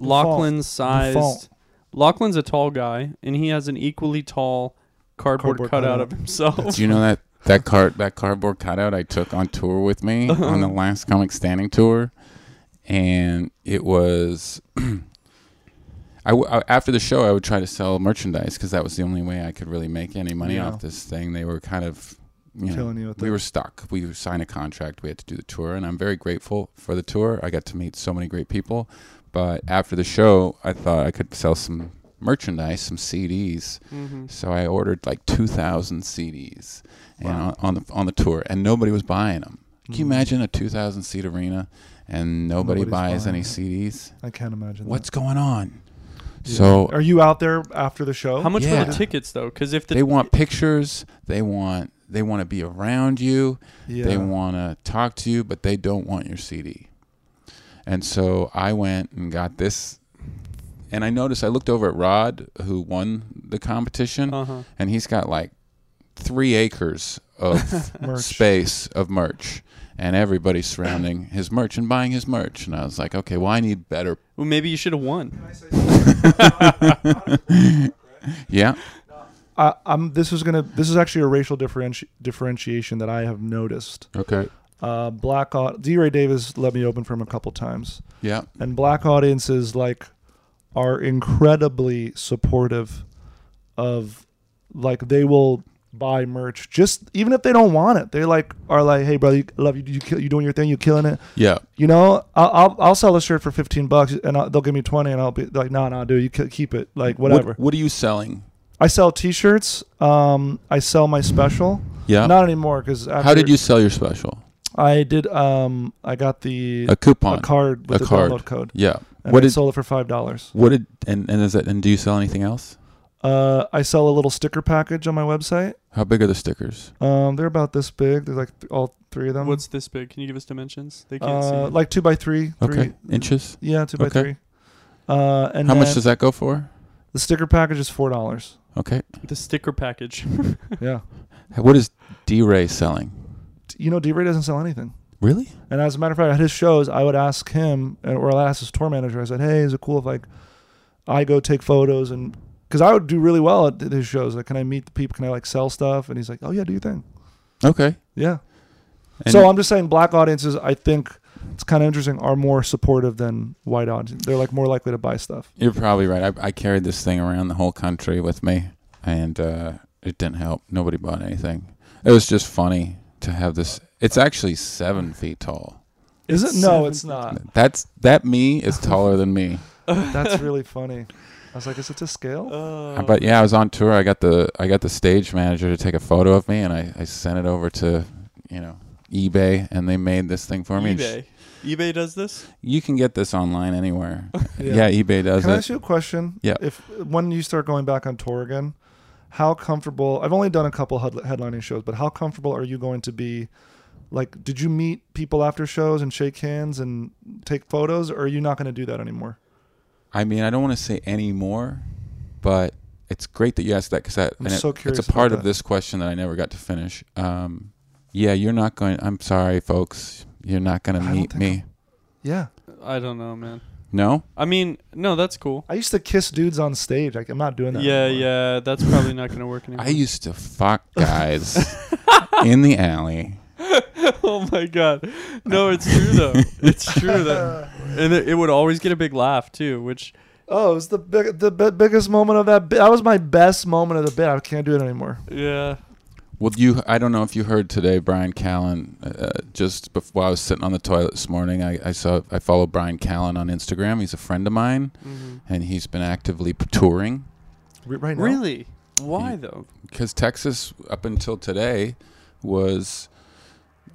S3: Lachlan-sized.
S2: Default.
S3: Lachlan's a tall guy, and he has an equally tall cardboard,
S2: Cardboard
S3: cutout
S2: cutout.
S3: of himself.
S1: Do you know that that card that cardboard cutout I took on tour with me
S2: Uh-huh.
S1: on the last Comic Standing tour, and it was. I, w- I- after the show, I would try to sell merchandise because that was the only way I could really make any money
S2: Yeah.
S1: off this thing. They were kind of, you know,
S2: killing you with
S1: we
S2: it.
S1: were stuck. We signed a contract. We had to do the tour, and I'm very grateful for the tour. I got to meet so many great people. But after the show, I thought I could sell some merchandise, some CDs.
S3: hmm
S1: So I ordered like 2,000 CDs, and
S3: Wow.
S1: on, on the on the tour, and nobody was buying them. Can
S2: Mm-hmm.
S1: you imagine a 2,000 seat arena and nobody
S2: Hmm. Nobody's
S1: buys
S2: buying
S1: any
S2: it.
S1: CDs?
S2: I can't imagine. that.
S1: What's going on?
S2: Yeah.
S1: So
S2: are you out there after the show?
S3: How much
S1: Yeah.
S3: for the tickets though? Because if the
S1: they want pictures. They want they want to be around you.
S2: Yeah.
S1: They want to talk to you, but they don't want your CD. And so I went and got this. And I noticed I looked over at Rod, who won the competition,
S3: uh-huh.
S1: and he's got like three acres of
S2: Merch.
S1: space of merch and everybody's surrounding his merch and buying his merch and i was like okay well i need better
S3: well, maybe you should have won.
S1: yeah
S2: I, I'm. This is gonna. This is actually a racial differenti- differentiation that I have noticed.
S1: okay
S2: Uh, black. au- D. Ray Davis let me open for him a couple times,
S1: yeah
S2: and black audiences like are incredibly supportive of, like they will buy merch just even if they don't want it. They like are like, hey brother, you, love you. You kill, you doing your thing. You killing it.
S1: yeah
S2: You know, I'll I'll, I'll sell a shirt for fifteen bucks, and I'll, they'll give me twenty, and I'll be like, no, no, dude, you ke- keep it. Like
S1: What-
S2: whatever.
S1: what, are you selling
S2: I sell T-shirts. Um, I sell my special.
S1: yeah
S2: Not anymore because
S1: how did you sell your special
S2: I did. Um, I got the
S1: a coupon
S2: a card with
S1: A
S2: the
S1: card.
S2: download code,
S1: yeah
S2: and
S1: What
S2: I
S1: did-
S2: sold it for five dollars.
S1: what did and and is that and do you sell anything else
S2: Uh, I sell a little sticker package on my website.
S1: how big are the stickers
S2: Um, they're about this big. They're like th- all three of them.
S3: What's this big? Can you give us dimensions? They can't see.
S2: Um, uh,
S3: it.
S2: like two by three. three
S1: okay inches
S2: Yeah, two by
S1: Okay.
S2: three. Uh, and
S1: how much
S2: then
S1: does that go for
S2: the sticker package is four dollars.
S1: okay
S3: the sticker package.
S2: yeah,
S1: what is d-ray selling
S2: you know, D-Ray doesn't sell anything.
S1: really
S2: And as a matter of fact, at his shows, I would ask him, uh, or I'll ask his tour manager. I said, "Hey, is it cool if like I go take photos and because I would do really well at his shows? Like, can I meet the people? Can I like sell stuff?" And he's like, "Oh yeah, do your thing."
S1: okay
S2: Yeah.
S1: And-
S2: so I'm just saying, black audiences, I think it's kind of interesting, are more supportive than white audiences. They're like more likely to buy stuff.
S1: You're probably right. I, I carried this thing around the whole country with me, and uh, it didn't help. Nobody bought anything. It was just funny to have this. It's actually seven feet tall.
S2: Is it?
S3: It's
S2: No,
S3: seven
S2: it's not.
S1: That's that me is taller than me.
S2: That's really funny. I was like, "Is it to scale?"
S3: Uh,
S1: But yeah, I was on tour. I got the I got the stage manager to take a photo of me, and I, I sent it over to you know eBay, and they made this thing for me.
S3: eBay. eBay does this.
S1: You can get this online anywhere. yeah. eBay does
S2: Can I
S1: it.
S2: ask you a question?
S1: Yeah.
S2: If when you start going back on tour again, how comfortable? I've only done a couple head, headlining shows, but how comfortable are you going to be? Like, did you meet people after shows and shake hands and take photos, or are you not going to do that anymore?
S1: I mean, I don't want to say any more, but it's great that you asked that because that
S2: I'm
S1: and it-
S2: so curious
S1: it's a part
S2: about
S1: of
S2: that.
S1: this question that I never got to finish. Um, yeah, you're not going. I'm sorry, folks. You're not going
S2: I
S1: to
S2: don't
S1: meet me.
S2: think Yeah,
S3: I don't know, man.
S1: No,
S3: I mean, no, that's cool.
S2: I used to kiss dudes on stage. Like, I'm not doing that.
S3: Yeah,
S2: anymore.
S3: yeah, that's probably not going to work anymore.
S1: I used to fuck guys in the alley.
S3: oh my god, no, it's true though. it's true though, and it, it would always get a big laugh too, which
S2: Oh, it was the big, the bi- biggest moment of that. Bit. That was my best moment of the bit. I can't do it anymore.
S3: yeah.
S1: Well, you. I don't know if you heard today, Brian Callen. Uh, just before I was sitting on the toilet this morning, I, I saw. I follow Brian Callen on Instagram. He's a friend of mine,
S2: Mm-hmm.
S3: Mhm.
S1: and he's been actively touring.
S2: R- Right now,
S3: Really? Why though?
S1: because Texas up until today was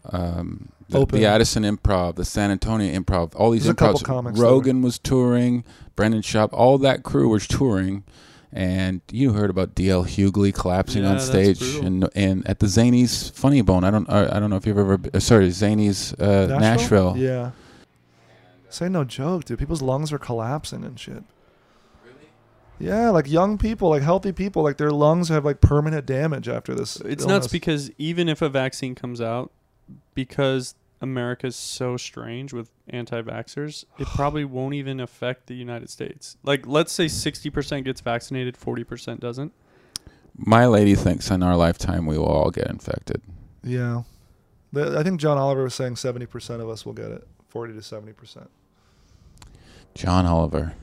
S1: um, the,
S2: Open.
S1: the Addison Improv, the San Antonio Improv, all these
S2: There's a couple
S1: improvs.
S2: comics that
S1: Rogan was touring, Brendan Schaub, all that crew was touring, and you heard about DL Hughley collapsing
S3: Yeah,
S1: on
S3: that's
S1: stage
S3: brutal.
S1: and and at the Zanies Funny Bone. I don't I, I don't know if you've ever been, sorry Zanies uh, Nashville.
S2: Yeah. Say no joke, dude. People's lungs are collapsing and shit. Yeah, like young people, like healthy people, like their lungs have like permanent damage after this.
S3: It's
S2: illness.
S3: nuts because even if a vaccine comes out, because America's so strange with anti-vaxxers, it probably won't even affect the United States. Like, let's say 60% gets vaccinated, 40% doesn't.
S1: My lady thinks in our lifetime we will all get infected.
S2: yeah, The- I think John Oliver was saying seventy percent of us will get it, forty to seventy percent.
S1: John Oliver,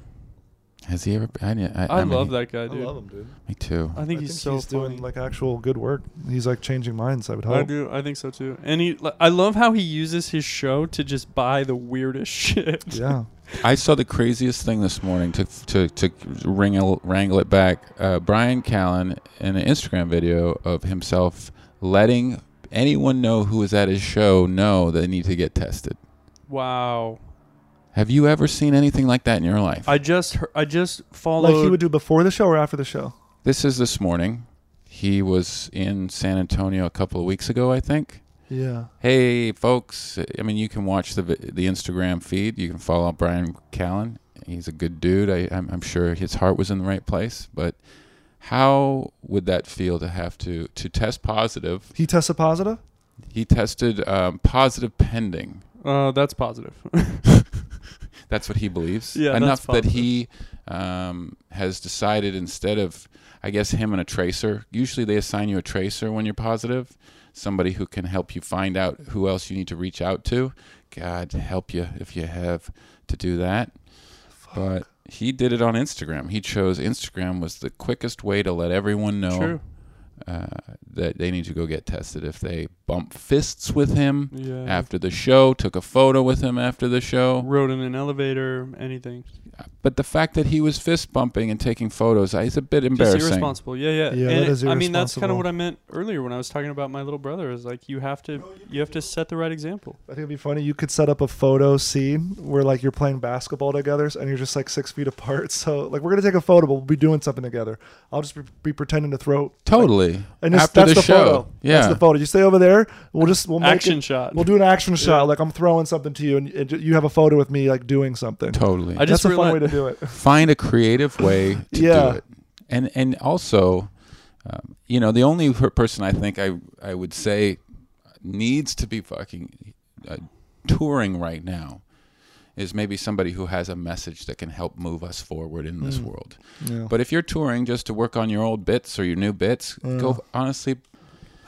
S1: has he ever? I, I,
S3: I,
S1: I mean,
S3: love that
S2: I
S3: guy, dude. I,
S2: love him, dude.
S1: Me too.
S3: think he's so funny.
S2: doing like actual good work. He's like changing minds. I would
S3: I
S2: hope.
S3: do. I think so too. And he, li- I love how he uses his show to just buy the weirdest shit.
S2: Yeah,
S1: I saw the craziest thing this morning to to to wrangle wrangle it back. Uh, Brian Callen in an Instagram video of himself letting anyone know who was at his show know they need to get tested.
S3: Wow.
S1: Have you ever seen anything like that in your life?
S3: I just hear- I just followed.
S2: Like he would do before the show or after the show.
S1: this is this morning. He was in San Antonio a couple of weeks ago, I think.
S2: Yeah.
S1: Hey, folks. I mean, you can watch the vi- the Instagram feed. You can follow Brian Callen. He's a good dude. I, I'm, I'm sure his heart was in the right place. But how would that feel to have to to test positive?
S2: He tested positive.
S1: He tested um, positive pending.
S3: Uh, that's positive.
S1: That's what he believes.
S3: Yeah, that's
S1: enough that
S3: positive.
S1: he um, has decided instead of, I guess, him and a tracer. Usually they assign you a tracer when you're positive, somebody who can help you find out who else you need to reach out to. God help you if you have to do that. But he did it on Instagram. He chose Instagram was the quickest way to let everyone know
S3: True.
S1: uh, that they need to go get tested. If they bump fists with him
S3: Yeah.
S1: after the show, took a photo with him after the show.
S3: Rode in an elevator. Anything.
S1: But the fact that he was fist bumping and taking photos uh, is a bit
S3: Just
S1: embarrassing.
S3: irresponsible. Yeah, yeah.
S2: Yeah,
S3: and
S2: that is
S3: I mean, that's kind
S2: irresponsible.
S3: of what I meant earlier when I was talking about my little brother. Is like you have to you have to set the right example.
S2: I think it'd be funny. You could set up a photo scene where like you're playing basketball together and you're just like six feet apart. So like we're gonna take a photo, but we'll be doing something together. I'll just be, be pretending to throw.
S1: totally.
S2: And just,
S1: After
S2: that's
S1: the
S2: the,
S1: show.
S2: photo.
S1: Yeah.
S2: That's the photo. You stay over there. We'll just we'll make
S3: Action
S2: It,
S3: shot.
S2: we'll do an action shot. Like I'm throwing something to you, and, and you have a photo with me like doing something.
S1: Totally.
S3: I just
S2: that's a fun
S3: realized-
S2: way to do it.
S1: Find a creative way to
S2: Yeah.
S1: do it. And and also, um, you know, the only per- person I think I I would say needs to be fucking uh, touring right now is maybe somebody who has a message that can help move us forward in this
S2: Mm.
S1: world.
S2: Yeah.
S1: But if you're touring just to work on your old bits or your new bits,
S2: Yeah.
S1: go honestly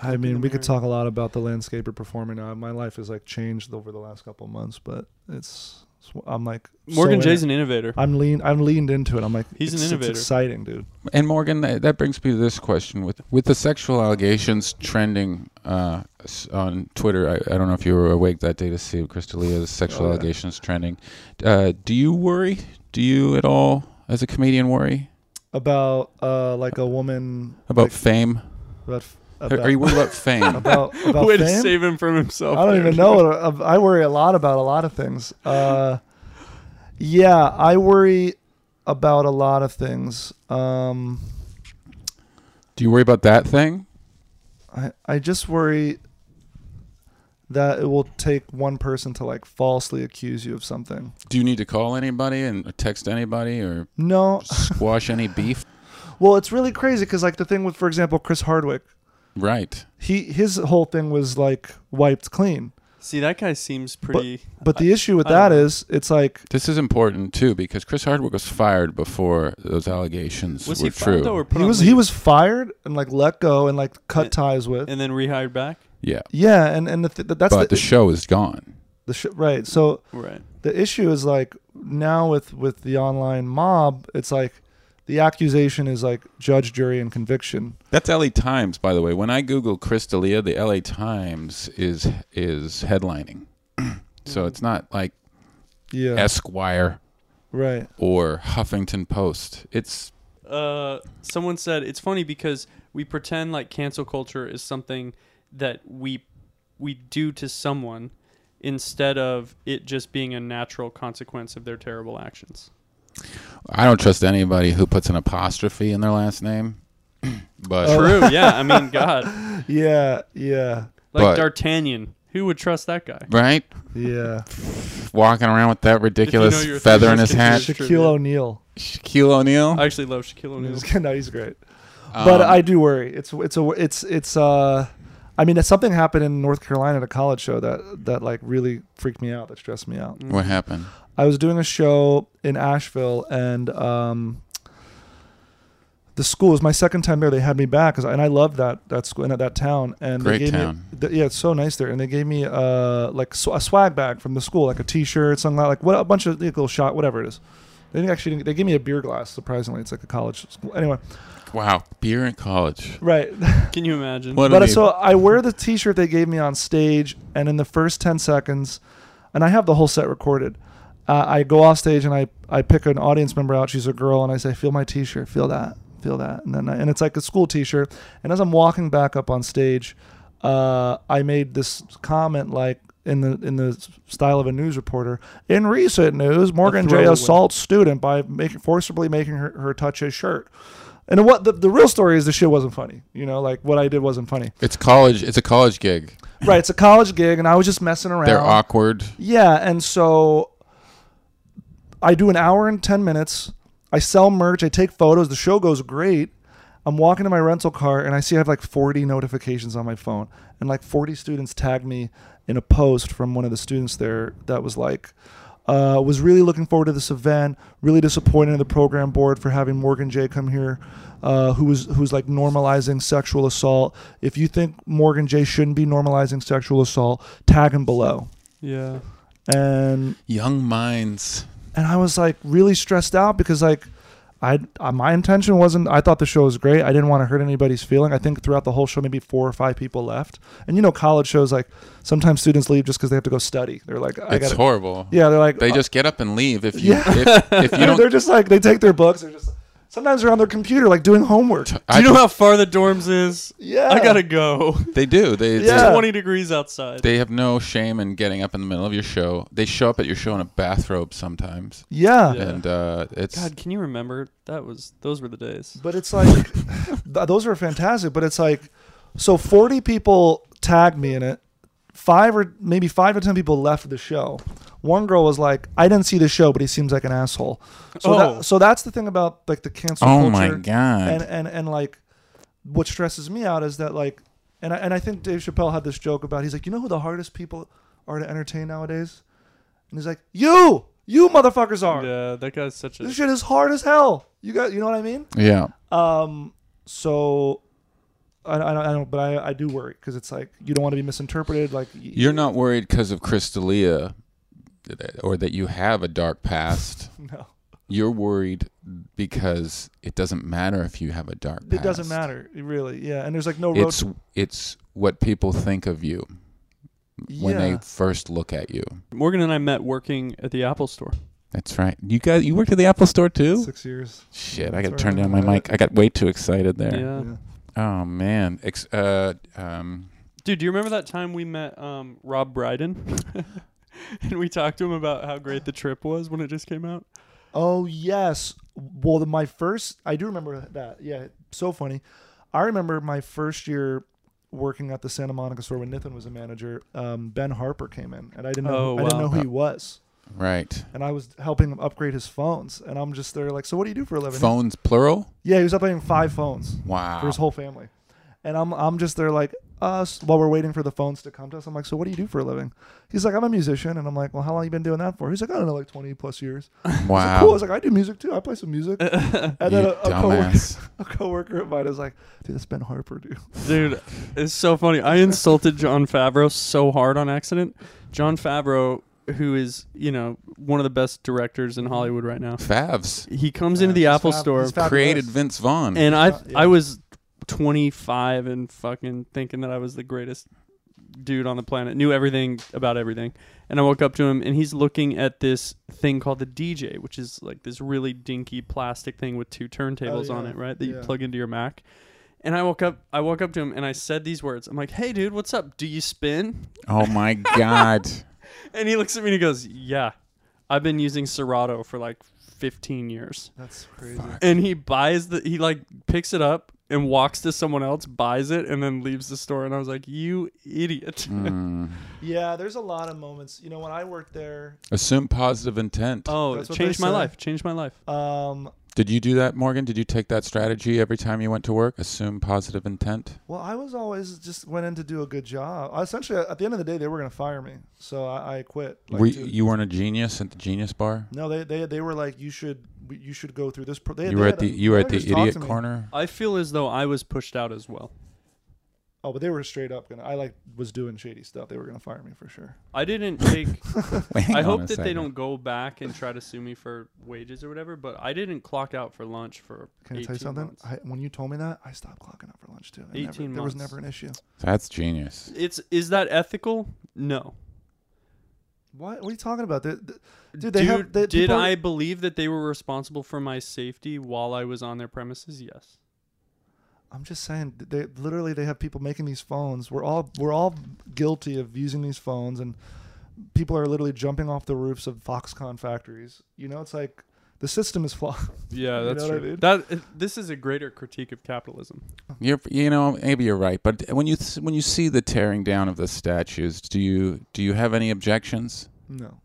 S2: I mean, we
S3: Luminary.
S2: could talk a lot about the landscaper performing. Uh, my life has like changed over the last couple of months, but it's, it's- I'm like so
S3: Morgan
S2: in
S3: Jay's
S2: it.
S3: an innovator.
S2: I'm lean. I'm leaned into it. I'm like
S3: He's an
S2: it's- it's
S3: innovator.
S2: exciting, dude.
S1: And Morgan, that, that brings me to this question: with with the sexual allegations trending uh, s- on Twitter, I, I don't know if you were awake that day to see Crystalia, the sexual
S2: Oh, yeah.
S1: allegations trending. Uh, do you worry? Do you at all, as a comedian, worry
S2: About uh, like a woman.
S1: about
S2: like,
S1: fame?
S2: about, f-
S1: Are-
S2: about
S1: Are you worried about fame?
S2: about, about
S3: Way to
S2: fame?
S3: save him from himself.
S2: I don't
S3: there.
S2: even know. uh, I worry a lot about a lot of things. Uh, yeah, I worry about a lot of things. Um,
S1: do you worry about that thing?
S2: I, I just worry that it will take one person to like falsely accuse you of something.
S1: Do you need to call anybody and text anybody or
S2: No,
S1: squash any beef?
S2: well, it's really crazy because like the thing with, for example, Chris Hardwick,
S1: Right.
S2: he his whole thing was like wiped clean.
S3: See, that guy seems pretty.
S2: But the issue with
S3: I don't
S2: that
S3: know.
S2: is, it's like
S1: This is important too because Chris Hardwick was fired before those allegations
S3: was
S1: were
S3: he
S1: true.
S3: fired though, or put
S2: he
S3: on
S2: was
S3: leave
S2: he was fired and like let go and like cut
S3: And-
S2: ties with.
S3: and then rehired back?
S1: yeah,
S2: yeah, and and the th- that's
S1: but the
S2: the,
S1: show is gone.
S2: the sh- right. So
S3: Right.
S2: the issue is like now with with the online mob, it's like the accusation is like judge, jury, and conviction.
S1: That's LA Times, by the way. When I Google Chris D'Elia, the LA Times is is headlining. so it's not like
S2: Yeah,
S1: Esquire
S2: right.
S1: or Huffington Post. It's
S3: Uh, someone said it's funny because we pretend like cancel culture is something that we we do to someone instead of it just being a natural consequence of their terrible actions.
S1: I don't trust anybody who puts an apostrophe in their last name. but
S2: Oh.
S3: True. Yeah. I mean, God,
S2: Yeah, yeah,
S3: like
S1: But-
S3: D'Artagnan, who would trust that guy?
S1: right?
S2: yeah.
S1: Walking around with that ridiculous
S3: your
S1: feather in his
S3: thesis
S1: hat.
S3: That's true,
S2: Shaquille
S3: yeah.
S2: O'Neal.
S1: Shaquille O'Neal.
S3: I actually love Shaquille O'Neal.
S2: no, he's great. but
S1: Um,
S2: I do worry. It's it's a it's it's uh, I mean, it's something happened in North Carolina at a college show that that like really freaked me out. That stressed me out.
S3: Mm.
S1: What happened?
S2: I was doing a show in Asheville, and um, the school it was my second time there. They had me back, 'cause- and I loved that that school and that town. And
S1: Great
S2: they gave
S1: town.
S2: Me, th- yeah, it's so nice there. And they gave me uh like sw- a swag bag from the school, like a T-shirt, something like like what a bunch of like, little shot, whatever it is. They didn't actually didn't- they gave me a beer glass. Surprisingly, it's like a college school. Anyway,
S1: Wow, beer in college.
S2: right.
S3: Can you imagine?
S1: What
S2: but
S1: an
S2: I- so I wear the T-shirt they gave me on stage, and in the first ten seconds, and I have the whole set recorded. Uh, I go off stage and I I pick an audience member out. She's a girl, and I say, "Feel my T-shirt, feel that, feel that," and then I, and it's like a school T-shirt. And as I'm walking back up on stage, uh, I made this comment like in the in the style of a news reporter. In recent news, Morgan J
S3: throwaway.
S2: assaults student by making forcibly making her, her touch his shirt. And what the, the real story is, the shit wasn't funny. You know, like what I did wasn't funny.
S1: It's college. It's a college gig.
S2: Right? It's a college gig, and I was just messing around.
S1: They're awkward.
S2: Yeah, and so I do an hour and 10 minutes. I sell merch, I take photos, the show goes great. I'm walking to my rental car and I see I have like 40 notifications on my phone and like 40 students tag me in a post from one of the students there that was like uh, was really looking forward to this event. Really disappointed in the program board for having Morgan J come here, uh, who was who's like normalizing sexual assault. If you think Morgan J shouldn't be normalizing sexual assault, tag him below
S3: Yeah.
S2: and
S1: Young minds.
S2: and I was like really stressed out because like I uh, my intention wasn't I thought the show was great. I didn't want to hurt anybody's feeling. I think throughout the whole show maybe four or five people left. And you know college shows like sometimes students leave just cuz they have to go study. They're like I
S1: It's
S2: got to
S1: horrible.
S2: Yeah, they're like
S1: They
S2: uh,
S1: just get up and leave if you
S2: Yeah.
S1: if, if you
S2: they're
S1: don't.
S2: just like they take their books. They're just sometimes they're on their computer like doing homework.
S3: Do you know how far the dorms is?
S2: Yeah.
S3: I gotta go.
S1: they do. They they-
S2: Yeah.
S3: Twenty degrees outside.
S1: they have no shame in getting up in the middle of your show. They show up at your show in a bathrobe sometimes,
S2: Yeah.
S3: Yeah.
S1: and uh, it's
S3: God, can you remember? That was those were the days.
S2: But it's like th- those were fantastic. But it's like so forty people tagged me in it. Five or maybe five to ten people left the show. One girl was like, "I didn't see the show, but he seems like an asshole." So
S3: Oh.
S2: that, so that's the thing about like the cancel
S1: oh
S2: culture.
S1: my god.
S2: And and and like, what stresses me out is that like, and I, and I think Dave Chappelle had this joke about. He's like, you know who the hardest people are to entertain nowadays, and he's like, you, you motherfuckers are.
S3: Yeah, that guy's such a
S2: This shit is hard as hell. You got, you know what I mean?
S1: yeah,
S2: Um, so I, I, don't, I don't, but I, I do worry because it's like you don't want to be misinterpreted. Like, y-
S1: you're not worried because of Crystalia, or that you have a dark past.
S2: no,
S1: You're worried because it doesn't matter if you have a dark
S2: it
S1: past.
S2: doesn't matter, really. Yeah, and there's like no road.
S1: It's it's what people think of you when they first look at you.
S3: Morgan and I met working at the Apple store.
S1: That's right. You guys, you worked at the Apple Store too.
S2: six years.
S1: Shit, I got to
S2: That's
S1: turn
S2: right.
S1: down my mic. I got way too excited there.
S3: Yeah.
S2: Yeah.
S1: Oh man. Ex- uh, um,
S3: Dude, do you remember that time we met um, Rob Brydon? and we talked to him about how great the trip was when it just came out?
S2: Oh yes. Well, the, my first, I do remember that. Yeah, so funny. I remember my first year working at the Santa Monica store when Nathan was a manager. Um, ben Harper came in, and I didn't
S3: Oh,
S2: know, I didn't
S3: wow.
S2: know who he was,
S1: right.
S2: and I was helping him upgrade his phones, and I'm just there like, so what do you do for a living?
S1: Phones plural.
S2: Yeah, he was upgrading five phones. for
S1: Wow.
S2: his whole family. And I'm I'm just there like us while we're waiting for the phones to come to us. I'm like, so what do you do for a living? He's like, I'm a musician, and I'm like, well, how long you been doing that for? He's like, I don't know, like 20 plus years. I was like,
S1: Wow.
S2: cool. I was like, I do music too. I play some music. And then
S1: You
S2: a, a, coworker,
S1: dumbass.
S2: a coworker of mine is like, dude, that's Ben Harper, dude.
S3: Dude, it's so funny. I insulted John Favreau so hard on accident. John Favreau, who is, you know, one of the best directors in Hollywood right now,
S1: Favs
S3: he comes
S2: Yeah,
S3: into the
S2: he's
S3: Apple
S2: fab-
S3: store
S2: he's fabulous.
S1: created Vince Vaughn.
S3: and I
S2: Uh, yeah.
S3: I was 25 and fucking thinking that I was the greatest dude on the planet, knew everything about everything. And I woke up to him and he's looking at this thing called the DJ, which is like this really dinky plastic thing with two turntables on
S2: Oh, yeah.
S3: it, right? That you
S2: Yeah.
S3: plug into your Mac. And I woke up I woke up to him and I said these words. I'm like, "Hey dude, what's up? Do you spin?"
S1: oh my god.
S3: And he looks at me and he goes, "Yeah. I've been using Serato for like 15 years."
S2: That's crazy.
S3: and he buys the he like picks it up and walks to someone else buys it and then leaves the store and i was like you idiot
S1: Mm.
S2: Yeah, there's a lot of moments. You know, when I worked there,
S1: Assume positive intent.
S3: oh
S2: That's
S3: it
S2: what they
S3: changed my
S2: say.
S3: life changed my life
S2: um,
S1: Did you do that, Morgan? Did you take that strategy every time you went to work? Assume positive intent.
S2: Well, I was always just went in to do a good job. I, essentially, at the end of the day, they were gonna fire me, so I, I quit. like,
S1: Were you,
S2: two-
S1: you weren't a genius at the Genius Bar.
S2: No, they, they they were like, you should you should go through this. Pro- they,
S1: You
S2: they
S1: were
S2: had
S1: at the
S2: a-
S1: you were at the
S2: managers talk to
S1: idiot
S2: me.
S1: corner.
S3: i feel as though i was pushed out as well
S2: Oh, but they were straight up gonna. I like was doing shady stuff. They were gonna fire me for sure.
S3: i didn't take
S1: Wait, hang
S3: i
S1: on
S3: hope
S1: a
S3: that they
S1: second.
S3: don't go back and try to sue me for wages or whatever but i didn't clock out for lunch for
S2: Can I
S3: 18
S2: tell you something?
S3: months.
S2: I, when you told me that, I stopped clocking up for lunch too. I
S3: 18
S2: never, there was
S3: months.
S2: never an issue.
S1: That's genius.
S3: it's is that ethical no
S2: What? What are you talking about? They- they- dude, they have.
S3: Dude,
S2: They,
S3: did
S2: people-
S3: i believe that they were responsible for my safety while i was on their premises yes
S2: I'm just saying, they literally they have people making these phones. We're all we're all guilty of using these phones, and people are literally jumping off the roofs of Foxconn factories. You know, it's like the system is flawed.
S3: Yeah,
S2: You
S3: that's
S2: know what I
S3: true.
S2: mean?
S3: That this is a greater critique of capitalism.
S1: You're, you know, maybe you're right, but when you th- when you see the tearing down of the statues, do you do you have any objections?
S2: No,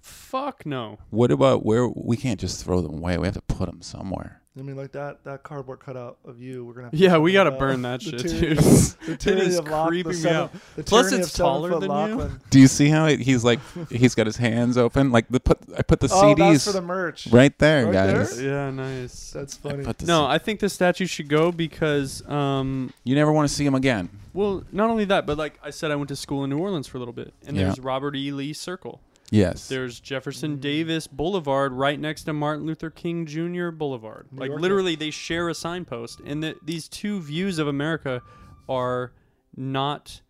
S3: Fuck no.
S1: What about where we can't just throw them away? We have to put them somewhere.
S2: I mean like that that cardboard cutout of you. We're gonna have to
S3: Yeah, we
S2: figure
S3: gotta
S2: out.
S3: burn that
S2: The
S3: shit,
S2: tyranny-
S3: dude.
S2: The
S3: it
S2: tyranny
S3: is
S2: of Loch,
S3: creeping
S2: the
S3: me
S2: seven,
S3: out.
S2: The
S3: Plus,
S2: tyranny
S3: it's
S2: of seven
S3: taller
S2: foot
S3: than you.
S2: Lachlan. Oh,
S1: Do you see how it, he's like he's got his hands open like the put I put the
S2: Oh, that's for
S1: CDs
S2: the merch.
S1: right there,
S2: Right
S1: guys.
S2: there?
S3: Yeah, nice.
S2: That's
S1: I
S2: funny.
S1: put the
S3: No,
S1: C-
S3: I think this statue should go because, um,
S1: you never want to see him again.
S3: well, not only that, but like I said, I went to school in New Orleans for a little bit, and
S1: Yeah.
S3: there's Robert E. Lee Circle.
S1: Yes,
S3: There's Jefferson
S2: Mm.
S3: Davis Boulevard right next to Martin Luther King Jr. Boulevard.
S2: New
S3: like
S2: York.
S3: literally, they share a signpost, and the, these two views of America are not.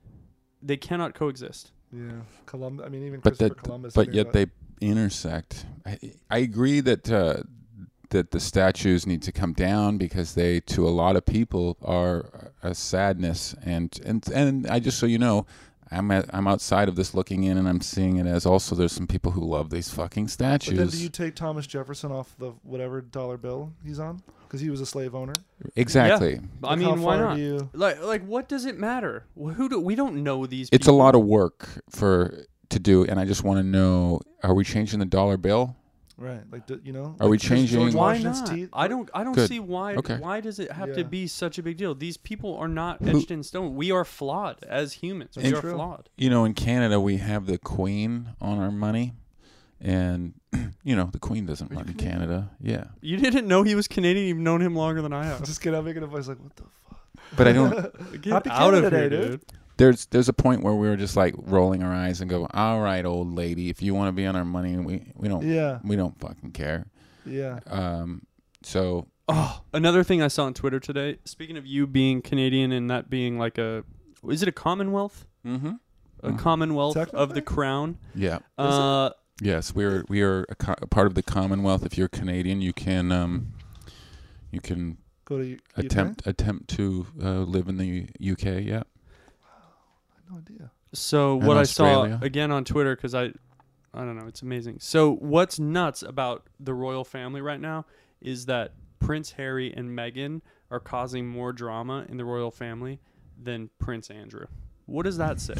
S3: They cannot coexist.
S2: Yeah, Columbus. I mean, even
S1: but
S2: Christopher
S1: that
S2: Columbus.
S1: but yet they intersect. I, I agree that uh, that the statues need to come down because they, to a lot of people, are a sadness. And and and I just so you know, I'm at, I'm outside of this looking in, and I'm seeing it as also there's some people who love these fucking
S2: But then, do
S1: statues.
S2: you take Thomas Jefferson off the whatever dollar bill he's on because he was a slave owner?
S1: exactly.
S3: I
S2: Like,
S3: mean,
S2: how
S3: why
S2: far
S3: not?
S2: do you-
S3: Like, like, what does it matter? Wh- Who do we don't know these?
S1: It's a
S3: people.
S1: lot of work for to do, and I just want to know: Are we changing the dollar bill?
S2: Right, like do, you know.
S1: Are we
S2: like, does George
S1: changing-
S3: Why
S2: Washington's
S3: not?
S2: teeth-
S3: I don't. I don't
S1: Good.
S3: see why.
S1: Okay.
S3: Why does it have
S2: Yeah.
S3: to be such a big deal? These people are not
S1: Who-
S3: etched in stone. We are flawed as humans.
S2: That's
S3: we are
S2: true.
S3: flawed.
S1: you know, in Canada, we have the Queen on our money, and you know, the Queen doesn't
S3: Are you
S1: run in
S3: Canadian?
S1: Canada. Yeah,
S3: You didn't know he was Canadian. You've known him longer than I have.
S2: Just kidding. I'm making a voice like, what the fuck?
S1: but I don't.
S3: Get
S2: Happy
S3: out of
S2: Canada
S3: here,
S2: Day, dude.
S3: dude.
S1: There's there's a point where we were just like rolling our eyes and go, "All right, old lady, if you want to be on our money, we we
S3: Oh.
S1: don't
S2: Yeah,
S1: we don't fucking care."
S2: yeah.
S1: Um, so
S3: Oh, another thing I saw on Twitter today. Speaking of you being Canadian and that being like a, is it a Commonwealth?
S1: mm-hmm.
S3: A
S2: Uh-huh.
S1: Mhm.
S3: Commonwealth of
S2: Technically?
S3: the Crown.
S1: yeah,
S2: it?
S3: Uh,
S1: yes, we are we are a, co- a part of the Commonwealth. If you're Canadian, you can um, you can
S2: Go to U- UK?
S1: attempt attempt to uh, live in the UK. Yeah,
S2: No idea.
S3: So
S1: And
S3: what I
S1: Australia.
S3: saw again on Twitter because I, I don't know, it's amazing. So what's nuts about the royal family right now is that Prince Harry and Meghan are causing more drama in the royal family than Prince Andrew. What does that say?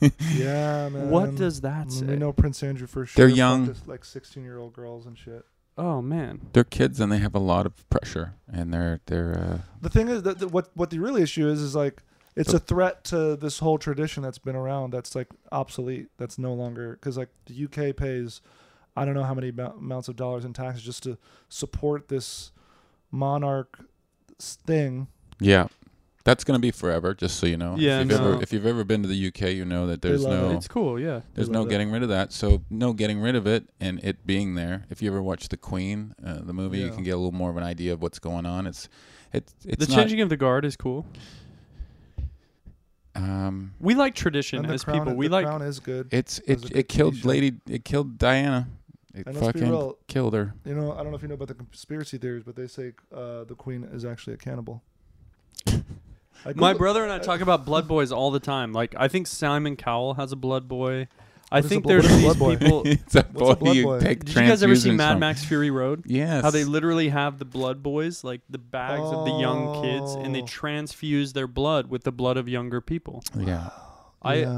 S2: Yeah, man.
S3: what does that
S2: I mean,
S3: say?
S2: we know Prince Andrew for sure.
S1: They're
S2: fucked
S1: young.
S2: this, like 16 year old girls and shit.
S3: Oh man,
S1: they're kids and they have a lot of pressure, and they're they're. Uh,
S2: The thing is that that what what the real issue is is like it's
S1: So-
S2: a threat to this whole tradition that's been around that's like obsolete that's no longer because like the UK pays I don't know how many amou- amounts of dollars in taxes just to support this monarch s- thing.
S1: Yeah. That's gonna be forever, just so you know.
S3: Yeah,
S1: If you've,
S3: no.
S1: ever, if you've ever been to the UK, you know that there's
S2: love
S1: no
S2: it.
S3: it's cool. Yeah.
S1: there's
S2: They
S1: no
S2: love it.
S1: getting rid of that. So no getting rid of it, and it being there. If you ever watch The Queen, uh, the movie, you
S2: Yeah.
S1: can get a little more of an idea of what's going on. It's it's it's
S3: the
S1: not.
S3: changing of the guard is cool.
S1: um,
S3: We like tradition
S2: And the
S3: as
S2: crown,
S3: people. We
S2: the
S3: like
S2: crown is good.
S1: it's
S2: Those
S1: it
S2: are
S1: it killed
S2: British.
S1: Lady it killed Diana. It
S2: And let's be
S1: fucking
S2: real,
S1: killed her.
S2: you know, I don't know if you know about the conspiracy theories, but they say uh, the queen is actually a cannibal. I
S3: My
S2: Googled-
S3: brother and I talk about blood boys all the time. Like I think Simon Cowell has a blood boy. I
S2: What is a
S3: think
S2: blo- what
S3: there's
S2: is a
S3: these
S2: blood boy?
S3: people.
S1: it's a boy,
S2: what's a blood
S1: you
S2: boy?
S1: take
S3: Did you guys ever see
S1: transfusions
S3: Mad
S1: from.
S3: Max Fury Road?
S1: Yes.
S3: How they literally have the blood boys, like the bags of the young kids, and they
S2: Oh.
S3: transfuse their blood with the blood of younger people.
S1: yeah.
S2: Yeah.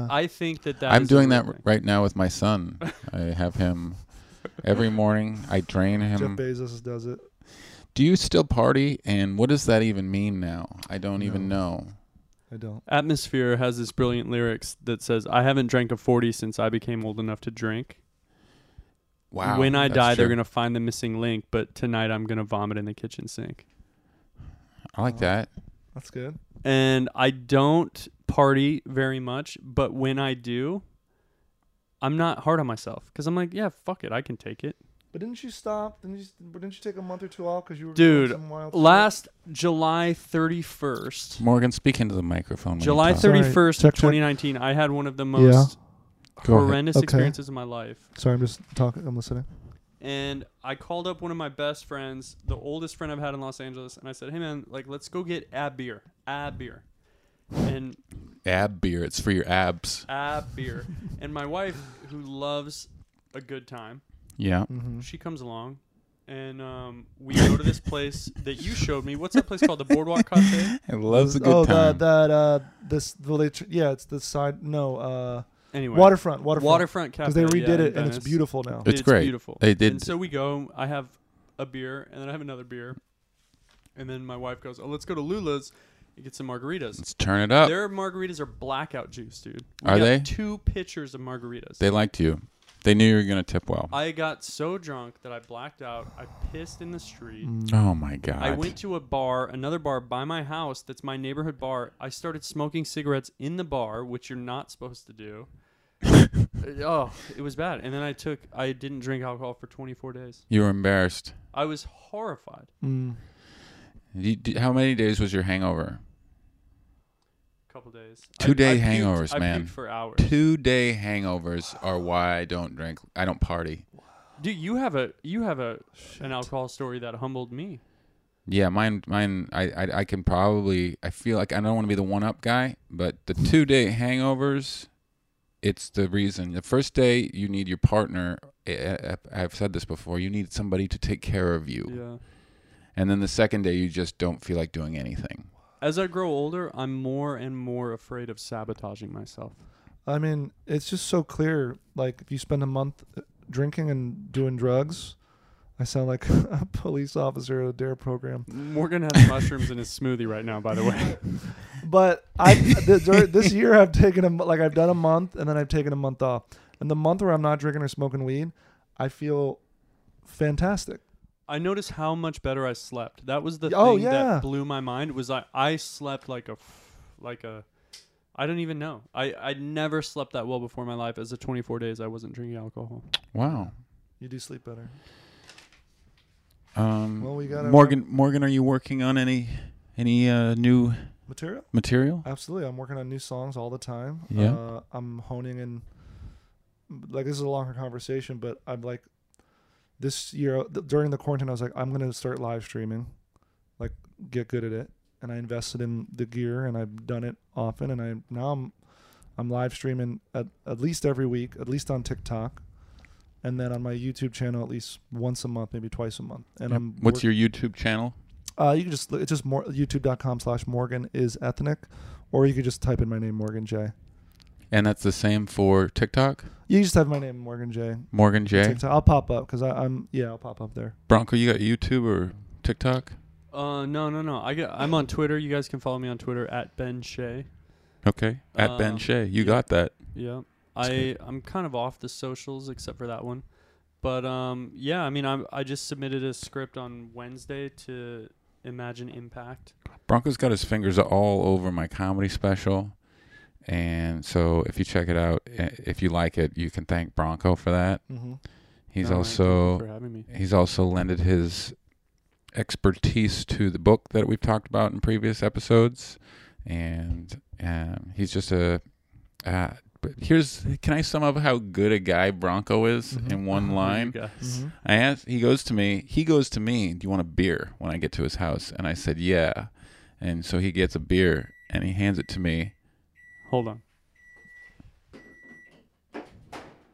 S3: I I think that that
S1: I'm
S3: is a
S1: doing
S3: real
S1: that r-
S3: thing.
S1: right now with my son. I have him every morning. I drain him.
S3: Mm-hmm.
S2: Jeff Bezos does it.
S1: Do you still party? And what does that even mean now? I don't even know.
S2: I don't.
S3: Atmosphere has this brilliant lyrics that says, "I haven't drank a forty since I became old enough to drink.
S1: Wow.
S3: when I
S1: that's
S3: die, they're
S1: true.
S3: gonna find the missing link, but tonight I'm gonna vomit in the kitchen sink."
S1: I like that.
S2: That's good.
S3: and I don't party very much, but when I do, I'm not hard on myself because I'm like, yeah, fuck it, I can take it.
S2: But didn't you stop? Didn't you? but Didn't you take a month or two off because you were
S3: Dude,
S2: doing some wild shit?
S3: Last July 31st,
S1: Morgan, speak into the microphone. when you
S3: July
S1: talk.
S2: Sorry,
S3: 31st,
S2: check, check.
S3: 2019, I had one of the
S2: Yeah.
S3: most
S1: Go ahead.
S3: horrendous
S2: Okay.
S3: experiences of my life.
S2: Sorry, I'm just talking. I'm listening.
S3: And I called up one of my best friends, the oldest friend I've had in Los Angeles, and I said, "Hey man, like let's go get ab beer, ab beer." And
S1: Ab beer. It's for your abs.
S3: ab beer. and my wife, who loves a good time,
S1: Yeah.
S2: Mm-hmm.
S3: she comes along, and um, we go to this place that you showed me. What's that place called? The Boardwalk Cafe.
S1: It loves a good
S2: oh,
S1: time.
S2: the that uh, this village. Yeah, it's the side. No, uh,
S3: Anyway,
S2: waterfront, waterfront.
S3: Waterfront Cafe.
S2: Because they
S3: yeah,
S2: redid
S3: in
S2: it and it's
S3: Venice.
S2: beautiful now.
S1: It's great.
S3: beautiful.
S1: They did-
S3: And so we go. I have a beer, and then I have another beer, and then my wife goes, "Oh, let's go to Lula's and get some margaritas."
S1: Let's turn it up.
S3: Their margaritas are blackout juice, dude. We
S1: Oh. Are
S3: got
S1: they?
S3: Two pitchers of margaritas.
S1: They liked you. They knew you were gonna tip well.
S3: I got so drunk that I blacked out. I pissed in the street.
S2: Mm-hmm.
S1: oh my god.
S3: I went to a bar, another bar by my house that's my neighborhood bar. I started smoking cigarettes in the bar, which you're not supposed to do. oh, it was bad. And then I took I didn't drink alcohol for 24 days.
S1: you were embarrassed.
S3: I was horrified.
S2: Mm.
S1: You, d how many days was your hangover?
S3: A couple days. I-
S1: Two-day
S3: I puked-
S1: hangovers,
S3: I
S1: man.
S3: puked for hours.
S1: Two day hangovers are why I don't drink. I don't party.
S3: Dude, you have a you have a an alcohol story that humbled me.
S1: Yeah, mine, mine. I, I, I can probably. I feel like I don't want to be the one up guy, but the two day hangovers, it's the reason. The first day you need your partner. I, I, I've said this before. You need somebody to take care of you,
S3: Yeah.
S1: and then the second day you just don't feel like doing anything.
S3: As I grow older, I'm more and more afraid of sabotaging myself.
S2: I mean, it's just so clear. Like, if you spend a month uh, drinking and doing drugs, I sound like a police officer at a dare program.
S3: Morgan has mushrooms in his smoothie right now, by the way.
S2: But I th- dur- this year I've taken a m- like I've done a month and then I've taken a month off. And the month where I'm not drinking or smoking weed, I feel fantastic.
S3: I noticed how much better I slept. That was the
S2: Oh,
S3: thing
S2: yeah.
S3: that blew my mind. Was I I slept like a f- like a I don't even know. I I never slept that well before in my life. As a 24 days, I wasn't drinking alcohol.
S1: Wow.
S2: You do sleep better.
S1: Um,
S2: Well, we got our-
S1: Morgan. Morgan, are you working on any any uh, new
S2: Material?
S1: material?
S2: Absolutely. I'm working on new songs all the time.
S1: Yeah.
S2: Uh, I'm honing in. Like this is a longer conversation, but I'm like, this year th- during the quarantine, I was like, I'm gonna start live streaming, like get good at it, and I invested in the gear, and I've done it often, and I now I'm, I'm live streaming at at least every week, at least on TikTok, and then on my YouTube channel at least once a month, maybe twice a month, and I'm
S1: What's your YouTube channel?
S2: uh, you can just look- it's just more youtube.com slash Morgan is ethnic, or you could just type in my name Morgan J.
S1: And that's the same for TikTok.
S2: You just type my name Morgan J.
S1: Morgan J.
S2: TikTok. I'll pop up because I'm yeah I'll pop up there.
S1: Bronco, you got YouTube or TikTok?
S3: Uh no no no. I get, I'm on Twitter. You guys can follow me on Twitter at Ben Shea.
S1: Okay. At Ben
S3: Um,
S1: Shea. You
S3: yeah.
S1: got that.
S3: Yeah.
S1: That's
S3: I I'm kind of off the socials except for that one. But um yeah, I mean I I just submitted a script on Wednesday to Imagine Impact.
S1: Bronco's got his fingers all over my comedy special. And so if you check it out, i- if you like it, you can thank Bronco for that.
S2: Mm-hmm.
S1: He's
S3: All right, thank you
S1: also
S3: for having me.
S1: he's also lended his expertise to the book that we've talked about in previous episodes. And um, he's just a uh, but here's can I sum up how good a guy Bronco is
S3: Mm-hmm.
S2: Mhm.
S1: in one
S3: You
S1: line?
S3: guys.
S2: Mm-hmm.
S1: I asked, he goes to me, he goes to me, do you want a beer when I get to his house? And I said, yeah. And so he gets a beer and he hands it to me.
S3: Hold on.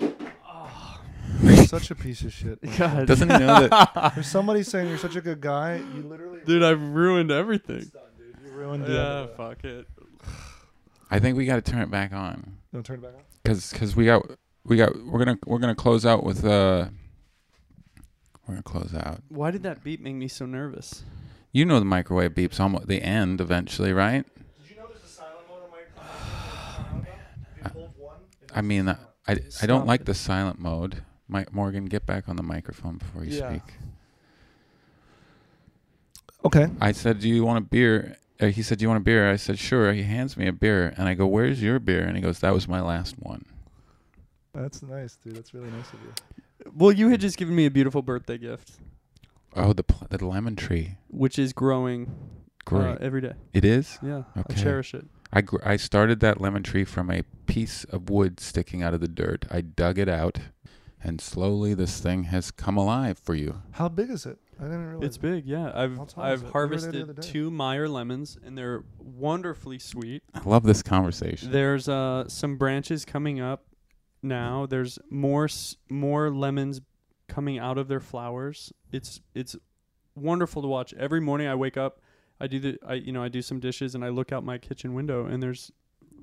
S2: Mm-hmm. Such a piece of shit.
S3: God.
S1: Doesn't he know that?
S2: There's somebody saying you're such a good guy. You literally
S3: Dude, I've ruined everything.
S2: you ruined
S3: Yeah,
S2: it.
S3: fuck it.
S1: I think we got to turn it back on
S2: Don't turn it back on.
S1: because we got we got we're gonna we're gonna close out with uh we're gonna close out.
S3: Why did that beep make me so nervous?
S1: You know the microwave beeps almost the end eventually, right?
S2: Did you know there's a silent mode on my?
S1: If you I mean,
S3: uh,
S1: I I
S3: Stop
S1: don't like
S3: it.
S1: the silent mode. Mi- Morgan, get back on the microphone before you
S2: Yeah.
S1: speak.
S2: Okay.
S1: I said, "Do you want a beer?" Uh, he said, "Do you want a beer?" I said, "Sure." He hands me a beer, and I go, "Where's your beer?" And he goes, "That was my last one."
S2: That's nice, dude. That's really nice of you.
S3: Well, you had just given me a beautiful birthday gift,
S1: Oh, the pl- the lemon tree,
S3: which is growing uh,
S1: great.
S3: every day.
S1: it is.
S3: Yeah,
S1: Okay.
S3: I cherish it.
S1: I gr- I started that lemon tree from a piece of wood sticking out of the dirt. I dug it out, and slowly this thing has come alive for you.
S2: How big is it? I didn't realize.
S3: It's big, yeah.
S2: How
S3: I've
S2: tall is
S3: I've
S2: it? We were there the other
S3: harvested
S2: day.
S3: two Meyer lemons, and they're wonderfully sweet.
S1: I love this conversation.
S3: There's uh some branches coming up now. There's more s- more lemons coming out of their flowers. It's it's wonderful to watch. Every morning I wake up, I do the I you know I do some dishes and I look out my kitchen window and there's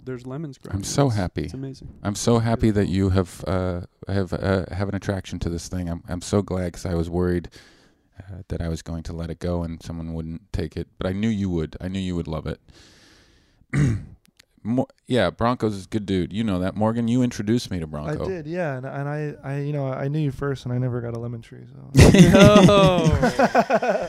S3: there's lemons growing.
S1: I'm so
S3: It's-
S1: happy.
S3: It's amazing.
S1: I'm so happy that you have uh, have uh, have an attraction to this thing. I'm I'm so glad because I was worried uh, that I was going to let it go and someone wouldn't take it, but I knew you would. I knew you would love it. Mo- yeah, Broncos is a good dude. You know that, Morgan. You introduced me to
S2: I
S1: Bronco.
S2: did, yeah, and, and I, I, you know, I knew you first, and I never got a lemon tree. So.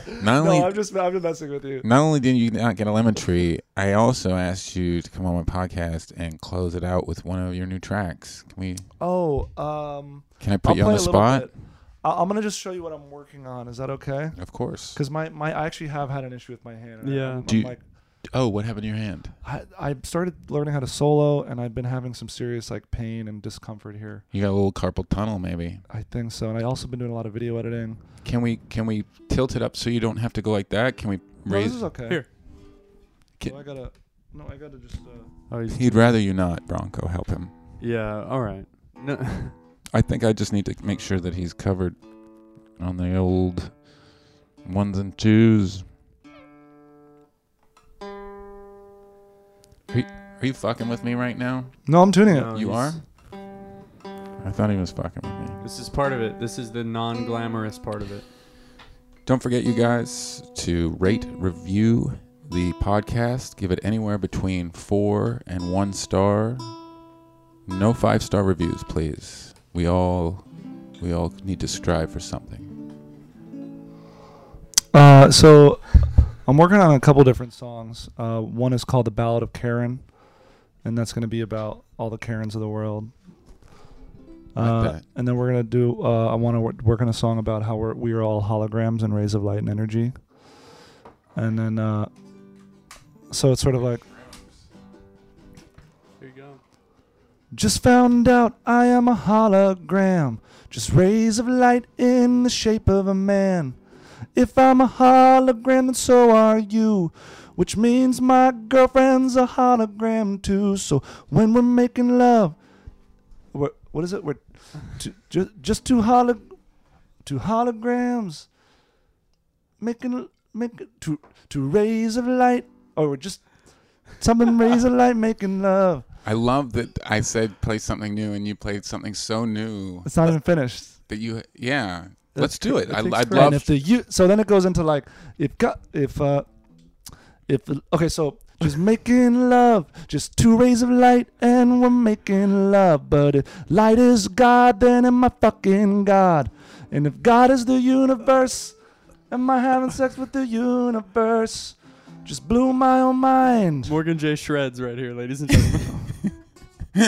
S3: No.
S1: Not only
S2: no, I'm just, I'm just messing with you.
S1: not only did you not get a lemon tree, I also asked you to come on my podcast and close it out with one of your new tracks. Can we?
S2: Oh, um,
S1: Can I put
S2: I'll
S1: you on
S2: play a
S1: the
S2: little
S1: spot?
S2: bit. I- I'm gonna just show you what I'm working on. Is that okay?
S1: Of course.
S2: Because my, my, I actually have had an issue with my hand. and I-
S3: Yeah.
S2: I'm- I'm
S1: Do you-
S2: like,
S1: Oh, what happened to your hand?
S2: I, I started learning how to solo, and I've been having some serious like pain and discomfort here.
S1: You got a little carpal tunnel, maybe.
S2: I think so, and I also been doing a lot of video editing.
S1: Can we can we tilt it up so you don't have to go like that? Can we
S2: No, this
S1: raise?
S2: is okay.
S3: Here.
S1: Ki-
S2: No, I gotta, no, I gotta just. Uh,
S3: Oh, he's-
S1: He'd rather you not, Bronco. Help him.
S3: yeah. All right. No.
S1: I think I just need to make sure that he's covered on the old ones and twos. Are you, are you fucking with me right now?
S2: no, I'm tuning it.
S3: No,
S1: You
S3: he's-
S1: are? I thought he was fucking with me.
S3: This is part of it. This is the non-glamorous part of it.
S1: Don't forget, you guys, to rate, review the podcast. Give it anywhere between four and one star. No five star reviews, please. We all, we all need to strive for something.
S2: Uh, so I'm working on a couple different songs. Uh, one is called "The Ballad of Karen," and that's going to be about all the Karens of the world.
S1: Like
S2: Uh,
S1: that.
S2: and then we're gonna do. Uh, I want to work, work on a song about how we're we are all holograms and rays of light and energy. And then, uh, so it's sort of like
S3: Here you go.
S2: just found out I am a hologram, just rays of light in the shape of a man. If I'm a hologram, then so are you. Which means my girlfriend's a hologram too. So when we're making love, we're, what is it? We're two, just, just two holo, two holograms, making make two two rays of light, or we're just something rays of light making love.
S1: I love that I said play something new, and you played something so new
S2: It's not even finished.
S1: that you, yeah.
S2: That's
S1: Let's do
S2: cr-
S1: it.
S3: that
S1: I,
S3: takes
S1: I'd
S3: credit.
S1: love.
S2: And if the you, so then it goes into like if got if uh if okay so just making love just two rays of light and we're making love but if light is god then am i fucking god and if god is the universe am i having sex with the universe just blew my own mind
S3: Morgan J. Shreds right here, ladies and gentlemen.
S2: i'm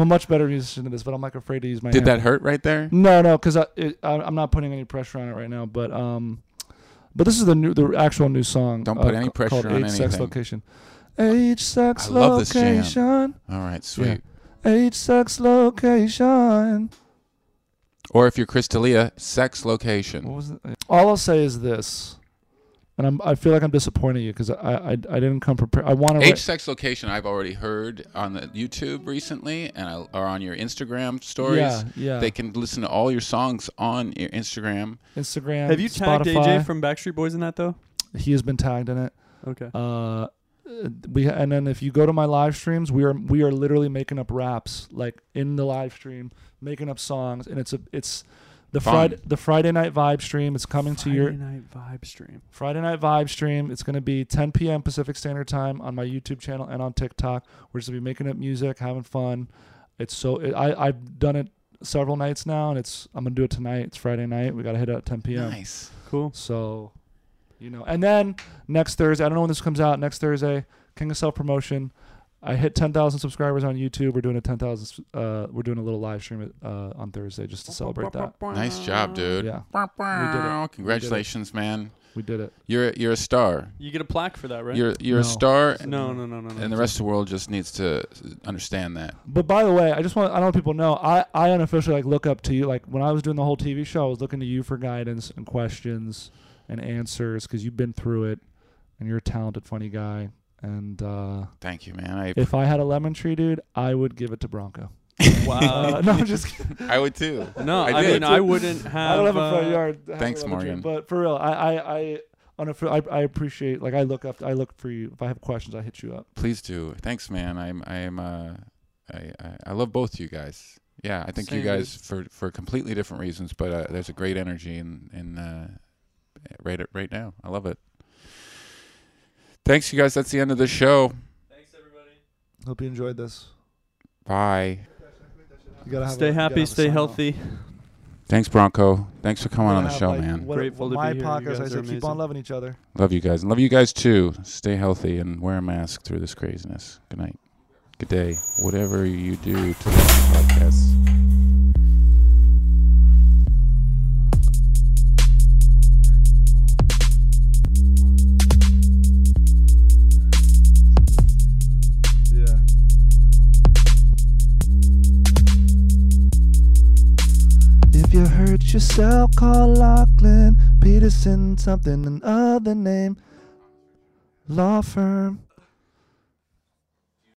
S2: a much better musician than this but i'm like afraid to use my
S1: Did
S2: hand.
S1: that hurt right there?
S2: No, no, because I, it- I I'm not putting any pressure on it right now. But um, but this is the new the actual new song.
S1: Don't put any
S2: ca-
S1: pressure
S2: called
S1: on
S2: Age, Sex,
S1: anything.
S2: location. Age, sex,
S1: I love this jam.
S2: location.
S1: All right, sweet.
S2: Age, sex, location.
S1: Or if you're Chris D'Elia, sex location.
S2: What was it? All I'll say is this, and I'm I feel like I'm disappointing you because I, I I didn't come prepared. I want to.
S1: Age, sex, location. I've already heard on the YouTube recently, and I, or on your Instagram stories.
S2: Yeah, yeah.
S1: They can listen to all your songs on your Instagram.
S2: Instagram.
S3: Have you tagged
S2: Spotify.
S3: AJ from Backstreet Boys in that though?
S2: He has been tagged in it.
S3: Okay.
S2: Uh, we and then if you go to my live streams, we are we are literally making up raps like in the live stream, making up songs, and it's a it's the
S1: Fun.
S2: Friday the Friday night vibe stream. It's coming to your
S3: night vibe stream.
S2: Friday night vibe stream. It's gonna be 10 p.m. Pacific Standard Time on my YouTube channel and on TikTok. We're just gonna be making up music, having fun. It's so it, I I've done it several nights now, and it's I'm gonna do it tonight. It's Friday night. We gotta hit it at 10 p.m.
S1: Nice.
S3: Cool.
S2: So, you know, and then next Thursday, I don't know when this comes out. Next Thursday, King of Self Promotion. I hit 10,000 subscribers on YouTube. We're doing a 10,000. s- Uh, we're doing a little live stream uh, on Thursday just to celebrate that.
S1: Nice job, dude.
S2: Yeah.
S1: Wow,
S2: We did it.
S1: Congratulations, man.
S2: We did it.
S1: You're you're a star.
S3: You get a plaque for that, right?
S1: You're you're
S2: No.
S1: a star,
S3: no, no, no, no, no.
S1: and the rest of the world just needs to understand that.
S2: But by the way, I just want I don't want people to know I I unofficially like look up to you. Like when I was doing the whole TV show, I was looking to you for guidance and questions and answers because you've been through it, and you're a talented, funny guy. And uh,
S1: Thank you, man. I
S2: if I had a lemon tree, dude, I would give it to
S3: Wow.
S2: Bronco. Uh, no, I'm just kidding.
S1: I would too.
S3: no,
S1: I
S3: I,
S1: did.
S3: mean I wouldn't have.
S2: I don't have a
S3: uh,
S2: front yard. to have a
S1: thanks,
S2: lemon tree,
S1: Morgan.
S2: But for real, I I I, on a, I I appreciate like I look up I look for you. If I have questions, I hit you up.
S1: Please do. Thanks, man. I'm I'm uh, I, I I love both you guys. Yeah, I think you
S3: Same,
S1: guys for for completely different reasons, but uh, there's a great energy in in uh, right right now. I love it. Thanks, you guys. That's the end of the show.
S4: Hope you enjoyed this.
S1: Bye.
S4: You gotta have a-
S3: Stay
S4: you gotta have
S3: happy,
S4: a
S3: stay
S4: sign-off.
S3: healthy.
S1: Thanks, Bronco. Thanks for coming
S4: Gotta
S1: on the
S4: have,
S1: show,
S4: like,
S1: man.
S4: What,
S3: Grateful to
S4: my
S3: be here. You
S4: podcast, I
S3: guys
S4: said,
S3: are
S4: keep on
S3: amazing.
S4: loving each other.
S1: Love you guys and love you guys too. Stay healthy and wear a mask through this craziness. Good night. Good day. Whatever you do to this podcast.
S4: Yeah. If you hurt yourself, call Lachlan Peterson, something another name, law firm.